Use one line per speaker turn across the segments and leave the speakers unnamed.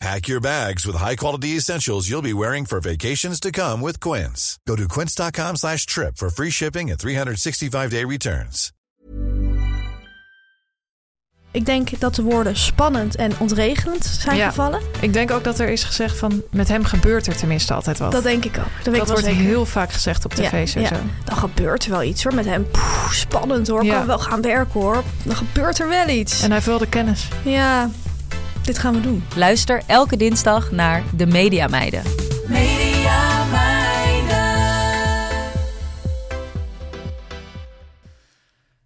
Pack your bags with high-quality essentials you'll be wearing for vacations to come with Quince. Go to quince.com slash trip for free shipping and 365-day returns.
Ik denk dat de woorden spannend en ontregelend zijn
Ja.
gevallen.
Ik denk ook dat er is gezegd van... met hem gebeurt er tenminste altijd wat.
Dat denk ik ook. Dat, weet ik
Dat
wel
wordt
zeker.
heel vaak gezegd op tv
Ja,
sowieso.
ja. Dan gebeurt er wel iets hoor met hem. Poeh, spannend hoor.
Ja.
Kan wel gaan werken hoor. Dan gebeurt er wel iets.
En hij vulde kennis.
Ja, dit gaan we doen.
Luister elke dinsdag naar De Media Meiden.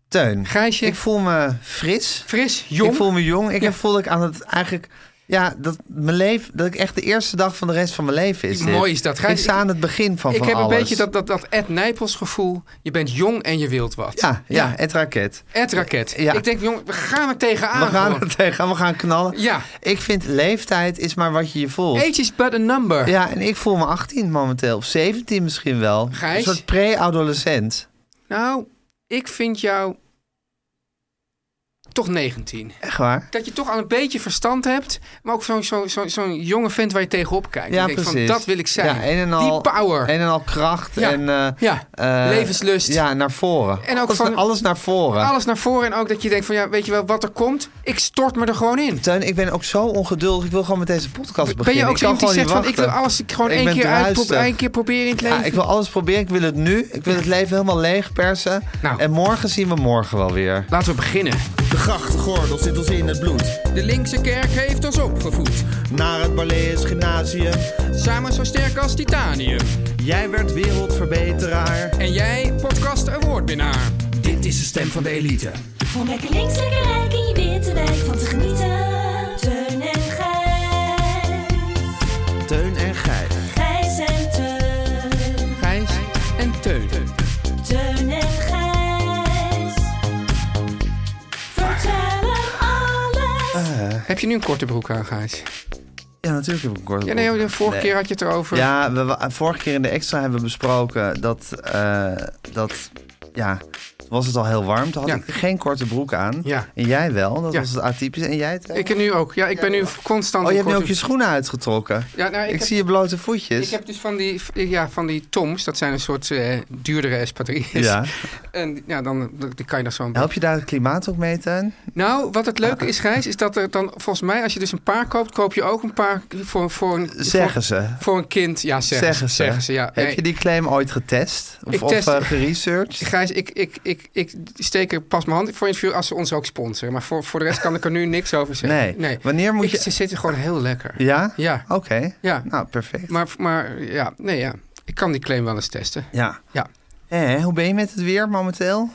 Teun,
Gijsje.
ik voel me frits.
Fris, jong.
Ik voel me jong. Ik heb voel dat ik aan het eigenlijk... Ja, dat, mijn leven, dat ik echt de eerste dag van de rest van mijn leven is dit.
Mooi is dat, Gijs.
Ik sta aan het begin van
ik
van
heb
alles.
een beetje dat, dat, dat Ed Nijpels gevoel. Je bent jong en je wilt wat.
Ja, ja, het raket.
Ed Raket.
Ja.
Ik denk, jong, we gaan er tegenaan.
We gaan
gewoon.
er tegenaan, we gaan knallen.
Ah, Ja.
Ik vind leeftijd is maar wat je je voelt.
Age is but a number.
Ja, en ik voel me 18 momenteel. Of 17 misschien wel.
Gijs?
Een soort pre-adolescent.
Nou, ik vind jou toch 19.
Echt waar?
Dat je toch al een beetje verstand hebt, maar ook zo'n zo, zo, zo'n jonge vent waar je tegenop kijkt.
Ja,
Ik denk
precies.
Van, dat wil ik zijn.
Ja, een en al,
Die power.
Een en al kracht
Ja.
en... eh,
Ja,
eh,
levenslust.
Ja, naar voren.
En ook
alles,
van-
alles naar voren.
Alles naar voren en ook dat je denkt van ja, weet je wel wat er komt? Ik stort me er gewoon in.
Teun, ik ben ook zo ongeduldig. Ik wil gewoon met deze podcast beginnen.
Ben je ook
Ik kan
zo iemand die
gewoon niet
zegt van ik wil
wachten.
alles gewoon
Ik
één
ben
keer, uit,
druistig.
één keer proberen in het leven?
Ja, ik wil alles proberen. Ik wil het nu. Ik wil het leven helemaal leeg persen.
Nou.
En morgen zien we morgen wel weer.
Laten we beginnen.
De grachtgordel zit ons in het bloed.
De linkse kerk heeft ons opgevoed.
Naar het Barlees Gymnasium.
Samen zo sterk als titanium.
Jij werd wereldverbeteraar.
En jij, podcast een woordwinnaar. Dit is de stem van de elite.
Om lekker links, lekker rijk in je witte wijk van te genieten. Teun en Gijs.
Teun en Gijs.
Gijs en Teun.
Gijs en Teun.
Teun en Gijs. Vertel hem alles.
Heb je nu een korte broek aan, Gijs?
Eh, Ja, natuurlijk heb ik een korte
Ja, Oh, nee,
broek.
de vorige
Nee.
keer had je het erover.
Ja, we, wa- vorige keer in de extra hebben we besproken dat, eh, dat ja, toen was het al heel warm. Toen had
Ja.
ik geen korte broek aan.
Ja.
En jij wel, dat
Ja.
was het atypisch. En jij het?
Ik heb nu ook. Ja, ik ben nu constant...
Oh, je
een
hebt nu ook
korte-
je schoenen uitgetrokken.
Ja, nou, ik,
ik
heb,
zie je blote voetjes.
ik heb dus van die, ja, van die toms. Dat zijn een soort eh, duurdere espadrilles.
Ja.
En ja, dan, dan kan je nog zo'n...
Help je daar het klimaat ook mee, Teun?
Nou, wat het leuke is, Gijs, is dat er dan volgens mij, als je dus een paar koopt, koop je ook een paar voor, voor een.
Zeggen
voor,
ze.
Voor een kind, ja, zeggen,
Zeggen ze.
Zeggen ze, ja.
Heb
Nee,
je die claim ooit getest? Of,
Ik
of
test-
eh, geresearched?
Gijs, ik, ik, ik, ik steek er pas mijn hand voor in het vuur als ze ons ook sponsoren. Maar voor, voor de rest kan ik er nu niks over zeggen.
Nee. Wanneer moet
Ik-
je-
Ze zitten gewoon heel lekker.
Ja?
Ja.
Oké.
Ja.
Nou, perfect.
Maar, maar ja, nee, ja. Ik kan die claim wel eens testen.
Ja.
Ja.
Hé, hoe ben je met het weer momenteel?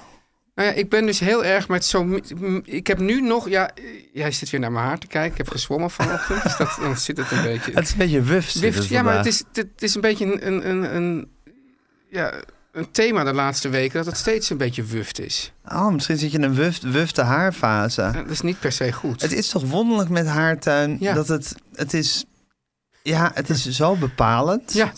Nou ja, ik ben dus heel erg met zo'n... Ik heb nu nog... Ja, eh, jij zit weer naar mijn haar te kijken. Ik heb gezwommen vanochtend. dus dat, dan zit het een beetje...
Het is een beetje wuf. zit
Wift-
het
ja, maar
vandaag.
het is, het, het is een beetje een, een, een, een- ja, een thema de laatste weken dat het steeds een beetje wuft is.
Oh, misschien zit je in een wuf, wufte haarfase.
Ja, Dat is niet per se goed.
Het is toch wonderlijk met haartuin
Ja.
dat het, het is... Ja, het is zo bepalend.
ja,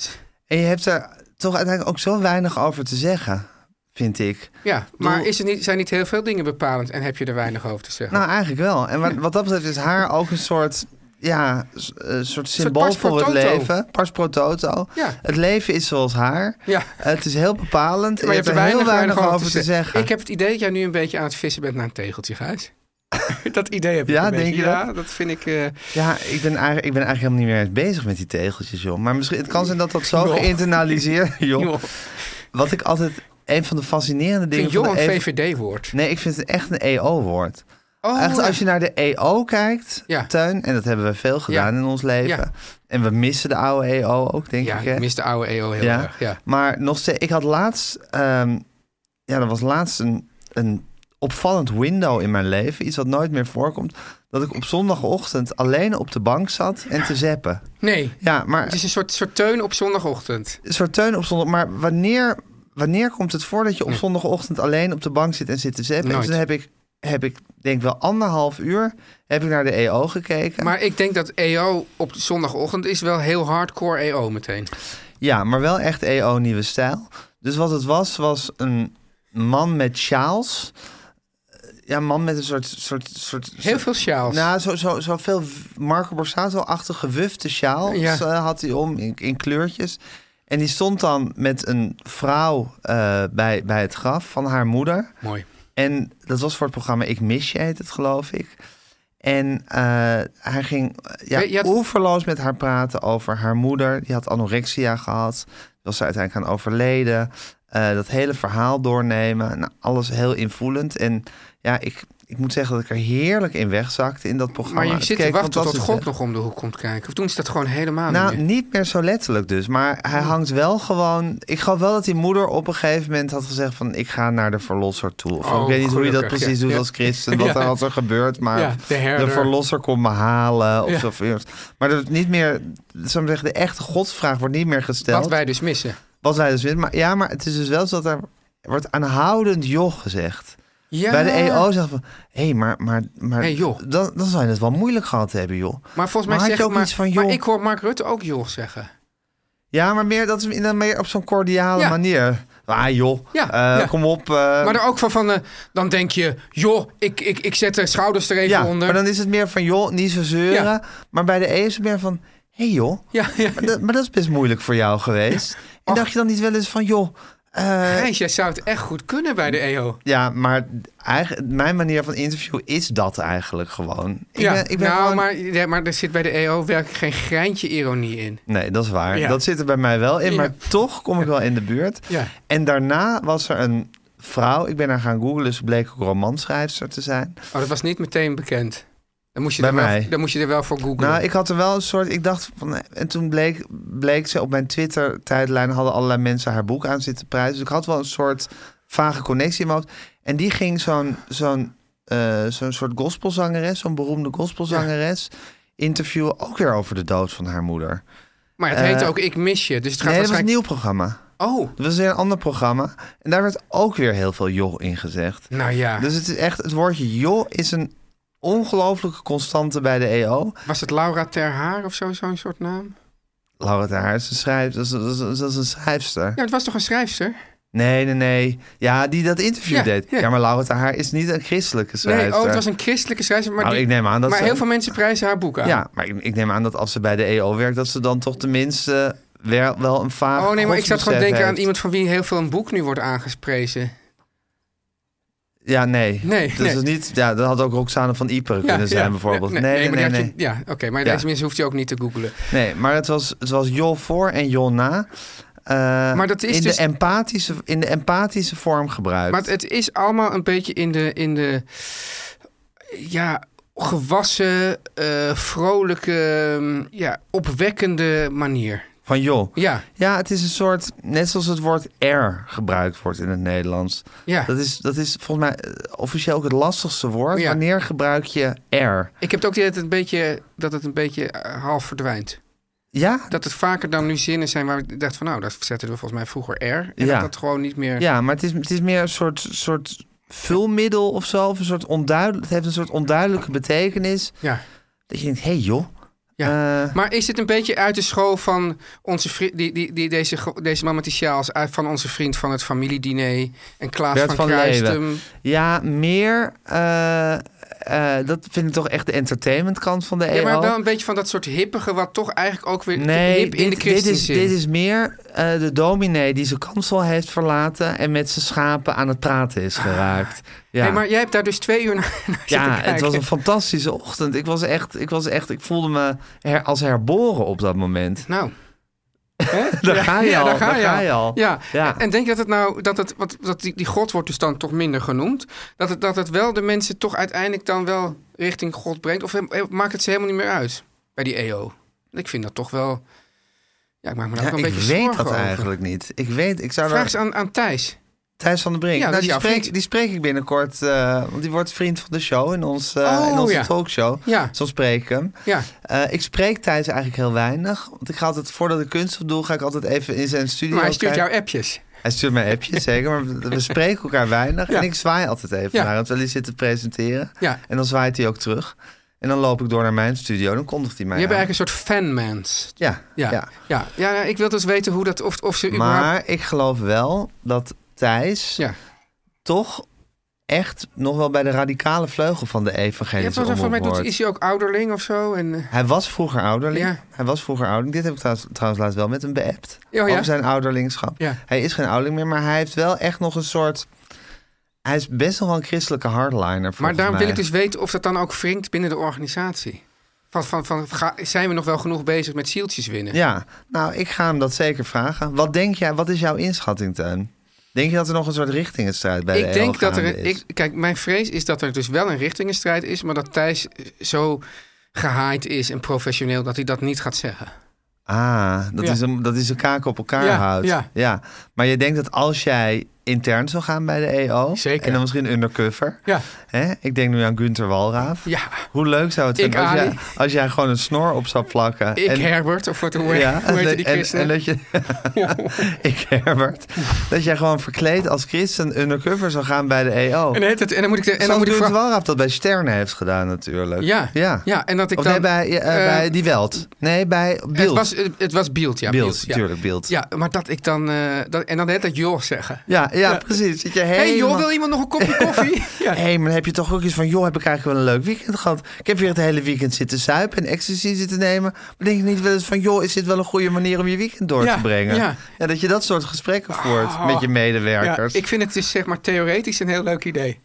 En je hebt er toch uiteindelijk ook zo weinig over te zeggen, vind ik.
ja, maar
Doel-
is er niet, zijn niet heel veel dingen bepalend en heb je er weinig over te zeggen?
Nou, eigenlijk wel. En wat, wat dat betreft is haar ook een soort, ja, s- eh, soort symbool
pars pro
voor het
toto.
leven. Pars pro toto.
Ja.
Het leven is zoals haar.
Ja.
Het is heel bepalend. En je, hebt er heel weinig over te zeggen.
Ik heb het idee dat jij nu een beetje aan het vissen bent naar een tegeltje, Gijs. dat idee heb ik
Ja,
een beetje.
denk je
ja, dat? vind ik... eh,
Ja, ik ben, eigenlijk, ik ben eigenlijk helemaal niet meer bezig met die tegeltjes, joh. Maar misschien, het kan zijn dat dat zo
Joh.
geïnternaliseerd... joh.
joh.
Wat ik altijd een van de fascinerende
Ik
dingen
vind jong
van
een
de E-
VVD-woord.
Nee, ik vind het echt een EO-woord.
Oh,
echt,
ja.
als je naar de EO kijkt,
Ja.
Teun, en dat hebben we veel gedaan in ons leven.
Ja.
En we missen de oude EO ook, denk
ja,
ik. Hè?
ik mis de oude EO heel
Ja.
erg. Ja.
Maar nog steeds, ik had laatst, ehm, ja, er was laatst een, een opvallend window in mijn leven. Iets wat nooit meer voorkomt. Dat ik op zondagochtend alleen op de bank zat en te zeppen.
Nee,
Ja, maar
het is een soort, soort teun op zondagochtend.
een soort teun op zondag. Maar wanneer, wanneer komt het voor dat je op
Nee.
zondagochtend alleen op de bank zit en zit te zeppen? En
Nooit.
toen heb ik, heb ik denk wel anderhalf uur heb ik naar de EO gekeken.
Maar ik denk dat EO op zondagochtend is wel heel hardcore EO meteen.
Ja, maar wel echt EO nieuwe stijl. Dus wat het was, was een man met sjaals. Ja, een man met een soort... soort, soort
Heel veel sjaals.
Nou, zo, zo, zo veel w- Marco Borsato-achtige gewufte sjaals
Ja.
eh, had hij om in, in kleurtjes. En die stond dan met een vrouw eh, bij, bij het graf van haar moeder.
Mooi.
En dat was voor het programma Ik Mis Je, heet het geloof ik. En eh, hij ging eh, ja,
Je- je had-
oeverloos met haar praten over haar moeder. Die had anorexia gehad. Was ze uiteindelijk aan overleden. Eh, dat hele verhaal doornemen. Nou, alles heel invoelend. En ja, ik, ik moet zeggen dat ik er heerlijk in wegzakte in dat programma.
Maar je
Het
zit te
keek
wachten tot
fantastisch
God
weg.
nog om de hoek komt kijken. Of doen ze dat gewoon helemaal
Nou,
niet meer?
niet meer zo letterlijk dus. Maar hij hangt wel gewoon... Ik geloof wel dat die moeder op een gegeven moment had gezegd van... ik ga naar de verlosser toe. Of
Oh,
ik weet niet hoe je dat
gelukkig,
precies
ja.
doet
Ja.
als christen. Wat,
Ja.
er, wat er gebeurt. Maar
Ja, de herder.
verlosser komt me halen. Of
Ja.
zo. Maar dat het niet meer... Zou ik zeggen, de echte godsvraag wordt niet meer gesteld.
Wat wij dus missen.
Wat wij dus weten. Maar, ja, maar het is dus wel zo dat er wordt aanhoudend joch gezegd.
Ja.
Bij de E EO zeggen van... Hé, hey, maar, maar, maar
Hey, joh.
Dan, dan zou je het wel moeilijk gehad hebben, joh.
Maar volgens
Maar
mij
had je
zegt
ook
maar,
iets van,
maar
joh? Ehm.
ik hoor Mark Rutte ook joh zeggen.
Ja, maar meer, dat is in- dan meer op zo'n cordiale
Ja.
manier. Ah joh,
Ja,
eh,
ja.
kom op. eh,
maar er ook van, van eh, dan denk je, joh, ik, ik, ik zet de schouders er even
ja,
onder.
maar dan is het meer van joh, niet zo zeuren.
Ja.
Maar bij de E is het meer van, hé hey, joh,
ja, ja.
maar dat, maar dat is best moeilijk voor jou geweest. En
Och.
dacht je dan niet wel eens van joh... eh,
Gijs, jij zou het echt goed kunnen bij de E EO.
ja, maar eigen- mijn manier van interview is dat eigenlijk gewoon. Ik
ja,
ben, ik ben
nou,
gewoon-
maar, ja, maar er zit bij de EO werkelijk geen greintje ironie in.
Nee, dat is waar.
Ja.
Dat zit er bij mij wel in,
Ja.
maar toch kom ik wel in de buurt.
Ja.
En daarna was er een vrouw, ik ben haar gaan googlen, ze bleek ook romanschrijfster te zijn.
Oh, dat was niet meteen bekend. Dan moest je,
Bij
er, wel,
mij.
dan moest je er wel voor googlen.
Nou, ik had er wel een soort. Ik dacht van. En toen bleek, bleek ze op mijn Twitter-tijdlijn. hadden allerlei mensen haar boek aan zitten prijzen. Dus ik had wel een soort vage connectie in mijn hoofd. En die ging zo'n. zo'n eh, zo'n soort gospelzangeres. zo'n beroemde gospelzangeres. interviewen. ook weer over de dood van haar moeder.
maar het heet
eh,
ook Ik mis je. Dus het gaat
Nee, dat was een
waarschijnlijk...
nieuw programma.
Oh,
Dat was weer een ander programma. En daar werd ook weer heel veel joh in gezegd.
nou ja.
Dus het is echt. het woordje joh is een ongelooflijke constante bij de E EO.
Was het Laura Ter Haar of zo, zo'n soort naam?
Laura de Haar is een schrijf- dat is- dat is- dat is een schrijfster.
Ja, het was toch een schrijfster? oh,
Nee, nee, nee. Ja, die dat interview
Ja,
deed.
ja.
Ja, maar Laura Haar is niet een christelijke schrijfster.
Nee, oh, het was een christelijke schrijfster. Maar,
Nou,
die-
ik neem aan dat
maar
ze-
heel veel mensen prijzen haar boek aan.
Ja, maar ik, ik neem aan dat als ze bij de EO werkt... dat ze dan toch tenminste wel, wel een vaag
Oh nee, maar ik zat gewoon
godsbesef
te denken aan
heeft.
iemand van wie heel veel een boek nu wordt aangesprezen.
Ja, nee.
Nee,
Dus
nee.
dat is niet... Ja, dat had ook Roxane van Ieper kunnen zijn bijvoorbeeld. Nee, nee, nee.
maar die
nee,
had
nee.
je- ja, oké, maar
Ja.
deze mensen hoeft je ook niet te googlen.
maar het was, het was jol voor en jol na. eh,
Maar dat is
in,
dus-
de empathische, in de empathische vorm gebruikt.
Maar het is allemaal een beetje in de, in de ja, gewassen, eh, vrolijke, mm, ja, opwekkende manier.
Van jol.
Ja,
Ja, het is een soort... Net zoals het woord er gebruikt wordt in het Nederlands.
ja.
Dat is, dat is volgens mij eh, officieel ook het lastigste woord.
Ja.
Wanneer gebruik je er?
Ik heb het ook de hele tijd een beetje, dat het een beetje eh, half verdwijnt.
Ja?
Dat het vaker dan nu zinnen zijn waar ik dacht van nou, dat zetten we volgens mij vroeger R.
Ja.
En dat dat gewoon niet meer...
Ja, maar het is, het is meer een soort, soort vulmiddel of zo. Of een soort onduidelijk, het heeft een soort onduidelijke betekenis.
Ja.
Dat je denkt, hé hey joh.
Ja.
Eh,
Maar is het een beetje uit de school van onze vriend, die, die, die, deze, ge- deze man met die sjaals, uit van onze vriend van het familiediner en Klaas
Bert
van,
van
Kruistum?
ja, meer... eh, eh, dat vind ik toch echt de entertainmentkant van de E EO.
Ja, maar wel een beetje van dat soort hippige, wat toch eigenlijk ook weer
Nee,
hip in de
dit, dit,
christen
is, dit is meer eh, de dominee die zijn kansel heeft verlaten... en met zijn schapen aan het praten is geraakt. Ja.
Nee, Ah. maar jij hebt daar dus twee uur naar, naar zitten
Ja, het
kijken.
was een fantastische ochtend. Ik was echt, ik was echt, ik voelde me her- als herboren op dat moment.
Nou, Hè?
Daar ga je al,
daar ga
daar
je
ga
al.
je al.
Ja.
Ja.
en denk je dat het nou, dat het, wat, dat die, die God wordt dus dan toch minder genoemd, dat het, dat het wel de mensen toch uiteindelijk dan wel richting God brengt? Of hem- hem- maakt het ze helemaal niet meer uit bij die EO? Ik vind dat toch wel, ja, ik maak me daar
Ja,
ook wel
ik
een beetje
weet
zorgen
dat
over.
eigenlijk niet. Ik weet, ik zou
Vraag
daar...
eens aan, aan Thijs.
Thijs van der Brink.
Ja, dat
nou,
is
die,
jouw
spreek,
vriend.
die spreek ik binnenkort, eh, want die wordt vriend van de show in, ons, eh,
Oh,
in onze
ja.
talkshow.
Ja,
Zo spreek ik hem.
ja.
Eh, ik spreek Thijs eigenlijk heel weinig. Want ik ga altijd, voordat ik kunst doe, ga ik altijd even in zijn studio
Maar hij stuurt
kijken.
jouw appjes.
Hij stuurt mij appjes, zeker. Maar we- we spreken elkaar weinig.
Ja.
En ik zwaai altijd even
Ja.
naar hem, terwijl hij zit te presenteren.
Ja.
En dan zwaait hij ook terug. En dan loop ik door naar mijn studio. Dan kondigt hij mij
Je hebt
aan.
eigenlijk een soort fanmans.
Ja,
Ja.
ja.
Ja, ja, nou, ik wil dus weten hoe dat, of, of ze überhaupt...
Maar ik geloof wel dat Thijs
Ja.
toch echt nog wel bij de radicale vleugel van de
Ja,
evangelische
volgens mij
omroep
doet,
hoort.
is hij ook ouderling of zo? En, eh,
Hij was vroeger ouderling.
Ja.
Hij was vroeger ouderling. Dit heb ik trouwens, trouwens laatst wel met hem beëpt.
oh ja?
Over zijn ouderlingschap.
Ja.
Hij is geen ouderling meer, maar hij heeft wel echt nog een soort... Hij is best nog wel een christelijke hardliner,
Maar
volgens
daarom wil
mij.
ik dus weten of dat dan ook wringt binnen de organisatie. Van, van, van, ga- zijn we nog wel genoeg bezig met zieltjes winnen?
Ja, nou, ik ga hem dat zeker vragen. Wat denk jij, wat is jouw inschatting, Teun? Denk je dat er nog een soort richtingenstrijd bij de
ik denk
EO
dat
gaande
er.
is?
Ik, kijk, mijn vrees is dat er dus wel een richtingenstrijd is, maar dat Thijs eh, zo gehaaid is en professioneel dat hij dat niet gaat zeggen.
Ah, dat,
Ja.
is een, dat is een kaak op elkaar
Ja,
houdt.
ja.
Maar je denkt dat als jij intern zou gaan bij de EO...
Zeker.
en dan misschien undercover...
Ja.
Hè? Ik denk nu aan Gunther Walraaf.
Ja,
Hoe leuk zou het zijn
Ik,
als
Ali.
jij, als jij gewoon een snor op zou plakken...
ik
en,
Herbert, of wat hoe,
ja,
hoe heet
en-
die
en-
christen?
en dat je, ik Herbert, dat jij gewoon verkleed als christen undercover zou gaan bij de EO.
En dan heet het- en dan moet ik, de- en dan
Zoals
moet ik
Gunther
vragen-
Walraaf dat bij Sterren heeft gedaan natuurlijk.
Ja,
ja.
ja, en dat ik
Of
dan.
nee, bij, eh,
eh,
bij Die Welt. Nee, bij
het,
Beeld.
was, het, het was Beeld, ja.
Beeld,
Beeld, ja.
natuurlijk, Beeld.
Ja, maar dat ik dan. eh, dat, en dan de hele tijd joh zeggen.
Ja, ja, precies. Zit je
Hé hey,
helemaal-
joh, wil iemand nog een kopje koffie? ja.
Hé, maar dan heb je toch ook iets van... joh, heb ik eigenlijk wel een leuk weekend gehad. Ik heb weer het hele weekend zitten zuipen en ecstasy zitten nemen. Maar denk je niet wel eens van... joh, is dit wel een goede manier om je weekend door
Ja,
te brengen?
ja.
dat je dat soort gesprekken voert
Ah.
met je
Ja,
medewerkers.
ik vind het dus zeg maar theoretisch een heel leuk idee.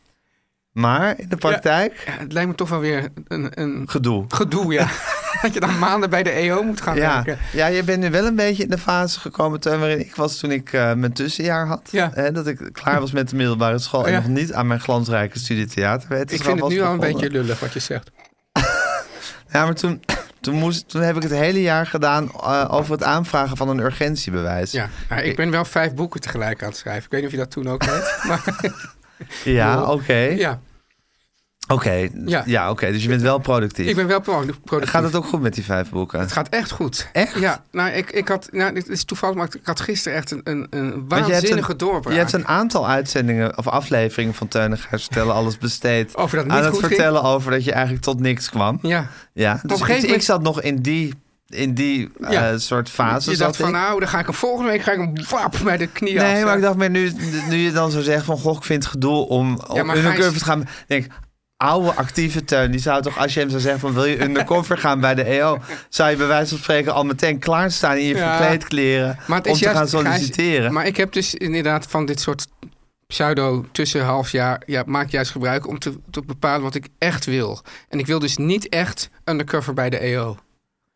Maar in de praktijk,
Ja, het lijkt me toch wel weer een, een
gedoe.
gedoe, ja. dat je dan maanden bij de EO moet gaan
Ja,
werken.
ja, je bent nu wel een beetje in de fase gekomen Teun, waarin ik was toen ik eh, mijn tussenjaar had.
Ja.
Hè, dat ik klaar was met de middelbare school en
Ja.
nog niet aan mijn glansrijke studie theaterwetenschap
Ik vind het
was
nu al een
begonnen.
beetje lullig wat je zegt.
Ja, maar toen, toen, moest, toen heb ik het hele jaar gedaan eh, over het aanvragen van een urgentiebewijs.
Ja, maar ik ben wel vijf boeken tegelijk aan het schrijven. Ik weet niet of je dat toen ook had. Maar
Ja, oké.
ja,
Oké,
Ja.
ja, oké. dus je bent wel productief.
ik ben wel productief.
Gaat het ook goed met die vijf boeken?
Het gaat echt goed.
Echt?
Ja, nou, ik, ik had, nou, dit is toevallig, maar ik had gisteren echt een, een, een
Want je hebt een-
waanzinnige doorbraak.
Je hebt een aantal uitzendingen of afleveringen van Teunigaars Vertellen Alles besteed.
Over dat het
aan
niet
het
goed ging.
vertellen over dat je eigenlijk tot niks kwam.
Ja,
Ja, dus,
een gegeven
ik- ik
moment-
zat nog in die, in die eh,
Ja.
soort fase.
je
zat
dacht van,
ik.
nou, dan ga ik hem volgende week ga ik hem wap bij de knieën
Nee,
af-
maar ik dacht, maar nu, nu je dan zo zegt van... Goh, ik vind het gedoe om, om
maar
undercover
Gijs-
te gaan. denk ik, oude actieve Teun, die zou toch... Als je hem zou zeggen van, wil je undercover gaan bij de EO... zou je bij wijze van spreken al meteen klaarstaan in je
Ja.
verkleedkleren...
Maar het is
om te
juist-
gaan
Gijs,
solliciteren.
Maar ik heb dus inderdaad van dit soort pseudo tussenhalfjaar... Ja, maak juist gebruik om te, te bepalen wat ik echt wil. En ik wil dus niet echt undercover bij de E EO.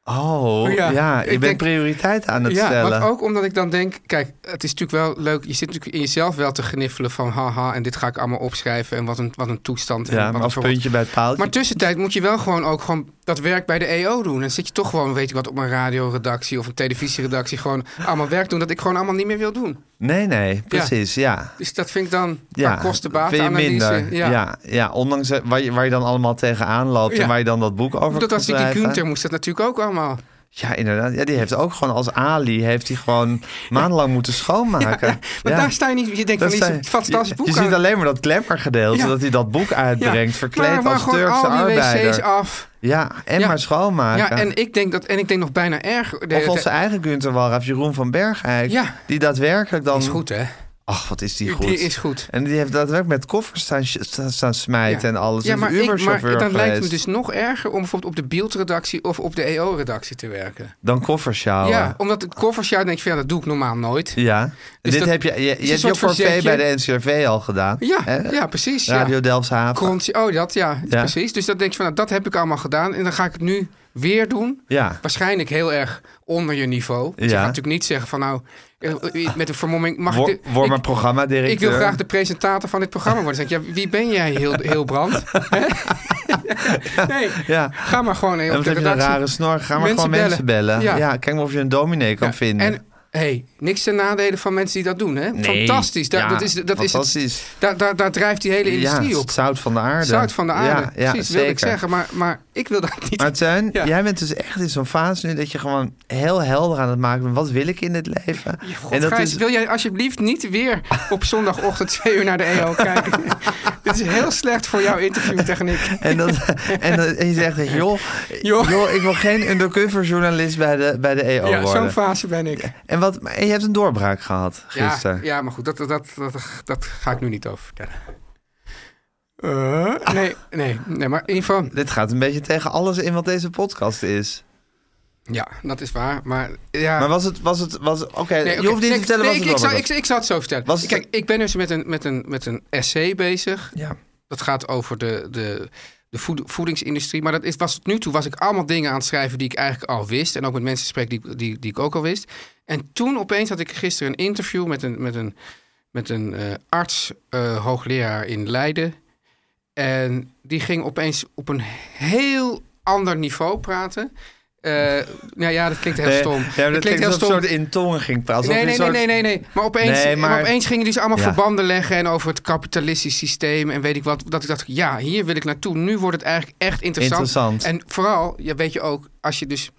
Oh, ja,
Ja,
je
ik
bent
denk-
prioriteit aan het
ja,
stellen.
want ook omdat ik dan denk... Kijk, het is natuurlijk wel leuk. Je zit natuurlijk in jezelf wel te gniffelen van... Haha, en dit ga ik allemaal opschrijven. En wat een, wat een toestand. en
ja,
wat
maar
een
als
verrot-
puntje bij het paaltje.
Maar tussentijd moet je wel gewoon ook gewoon dat werk bij de EO doen. Dan zit je toch gewoon, weet ik wat, op een radioredactie of een televisieredactie. Gewoon allemaal werk doen dat ik gewoon allemaal niet meer wil doen.
Nee, nee, precies, ja.
Dus dat vind ik dan
Ja,
qua
vind je
kostenbatenanalyse.
minder.
Ja.
Ja, ja, ondanks eh, waar je, waar je dan allemaal tegenaan loopt... en
Ja.
waar je dan dat boek over
Dat
kan
als ik die
schrijven.
Gunther moest dat natuurlijk ook allemaal.
Ja, inderdaad. Ja, die heeft ook gewoon als Ali, heeft hij gewoon maandenlang moeten schoonmaken. Ja,
Maar daar sta je niet. Je denkt
Dat
van,
zijn-
die fantastisch boek
Je, je
aan.
ziet alleen maar dat glamour-gedeelte,
Ja.
dat hij dat boek uitbrengt,
Ja,
verkleed
maar, maar
als
gewoon
Turkse
al die
arbeider.
wc's af.
Ja, en
Ja.
maar
Ja,
schoonmaken.
en ik denk dat en ik denk nog bijna erger. de
of
hele
onze
tijd-
eigen Gunther Walraaf, Jeroen van Bergijk,
Ja.
die daadwerkelijk dan...
is goed hè?
Ach, wat is die
Die
goed.
is goed.
En die heeft daadwerkelijk met koffers staan, staan, staan smijten en alles.
Ja,
Een
maar, ik, maar
Uber-chauffeur
dan lijkt het me
geweest.
dus nog erger om bijvoorbeeld op de beeldredactie of op de EO-redactie te werken.
Dan koffers sjouwen.
Ja, omdat het koffersjaar denk je, van, ja, dat doe ik normaal nooit.
Ja.
Dus
Dit
dat
heb je, je, je
een
hebt je
soort
forfait bij
verzetje.
de NCRV al gedaan.
Ja,
Hè?
ja precies. Ja.
Eh, Radio Delfshaven.
Kroontje- oh, dat, ja,
Ja.
precies. Dus dan denk je van, nou, dat heb ik allemaal gedaan en dan ga ik het nu weer doen.
Ja.
Waarschijnlijk heel erg onder je niveau. Ze
Ja.
gaat natuurlijk niet zeggen van nou, eh, met een vermomming mag
Wor-
ik... de-
Word
ik-
maar programmadirecteur.
ik wil graag de presentator van dit programma worden. Dan Zeg ik, ja, wie ben jij, heel, heel brand? nee,
Ja.
ga maar gewoon
En
eh, op
wat
de
heb je een
redactie.
rare snor? Ga maar
Mensen
gewoon mensen bellen.
bellen.
Ja.
Ja.
kijk maar of je een dominee kan
Ja,
vinden.
En hey, niks ten nadelen van mensen die dat doen. Hè?
Nee.
Fantastisch. Daar,
Ja,
dat is, dat Is het,
fantastisch.
daar, daar, daar drijft die hele
ja,
industrie
het
op.
zout van de aarde.
Zout van de aarde.
Ja, ja
Precies,
zeker.
wilde ik zeggen. Maar, maar ik wil dat niet.
Maar Teun,
Ja.
jij bent dus echt in zo'n fase nu dat je gewoon heel helder aan het maken bent. Wat wil ik in dit leven?
God,
en dat
Gijs,
is
wil jij alsjeblieft niet weer op zondagochtend twee uur naar de EO kijken? Dit is heel slecht voor jouw interviewtechniek.
En, dat, en, dat- en je zegt, joh, joh.
Joh.
ik wil geen undercover journalist bij de, bij de EO
Ja, zo'n
worden.
fase ben ik.
En, wat, maar je hebt een doorbraak gehad
Ja,
gisteren.
ja, maar goed, dat, dat, dat, dat, dat ga ik nu niet over vertellen. Eh, nee, nee, nee, maar in ieder geval...
Dit gaat een beetje tegen alles in wat deze podcast is.
Ja, dat is waar, maar... Ja,
Maar was het, was het, was Oké,
Nee,
je
oké.
hoeft niet
Nee,
te vertellen
nee,
wat
ik,
het was.
ik, zou, ik, ik zou het zo vertellen.
Was het-
Kijk, ik ben dus met een, met een, met een essay bezig.
Ja.
Dat gaat over de, de, de voed- voedingsindustrie. Maar dat is, was tot nu toe was ik allemaal dingen aan het schrijven die ik eigenlijk al wist. En ook met mensen spreek die, ik- die, die ik ook al wist. En toen opeens had ik gisteren een interview met een, met een, met een eh, arts, eh, hoogleraar in Leiden. En die ging opeens op een heel ander niveau praten. Eh, nou ja, dat klinkt heel
Nee,
stom.
ja, maar dat klinkt alsof een soort in tongen ging praten.
Nee,
Alsof
nee,
je een
nee,
soort-
nee, nee, nee. Maar opeens,
Nee, maar-
maar... opeens gingen die dus allemaal
Ja.
verbanden leggen en over het kapitalistisch systeem en weet ik wat. Dat ik dacht, ja, hier wil ik naartoe. Nu wordt het eigenlijk echt interessant.
Interessant.
En vooral, ja, weet je ook, als je dus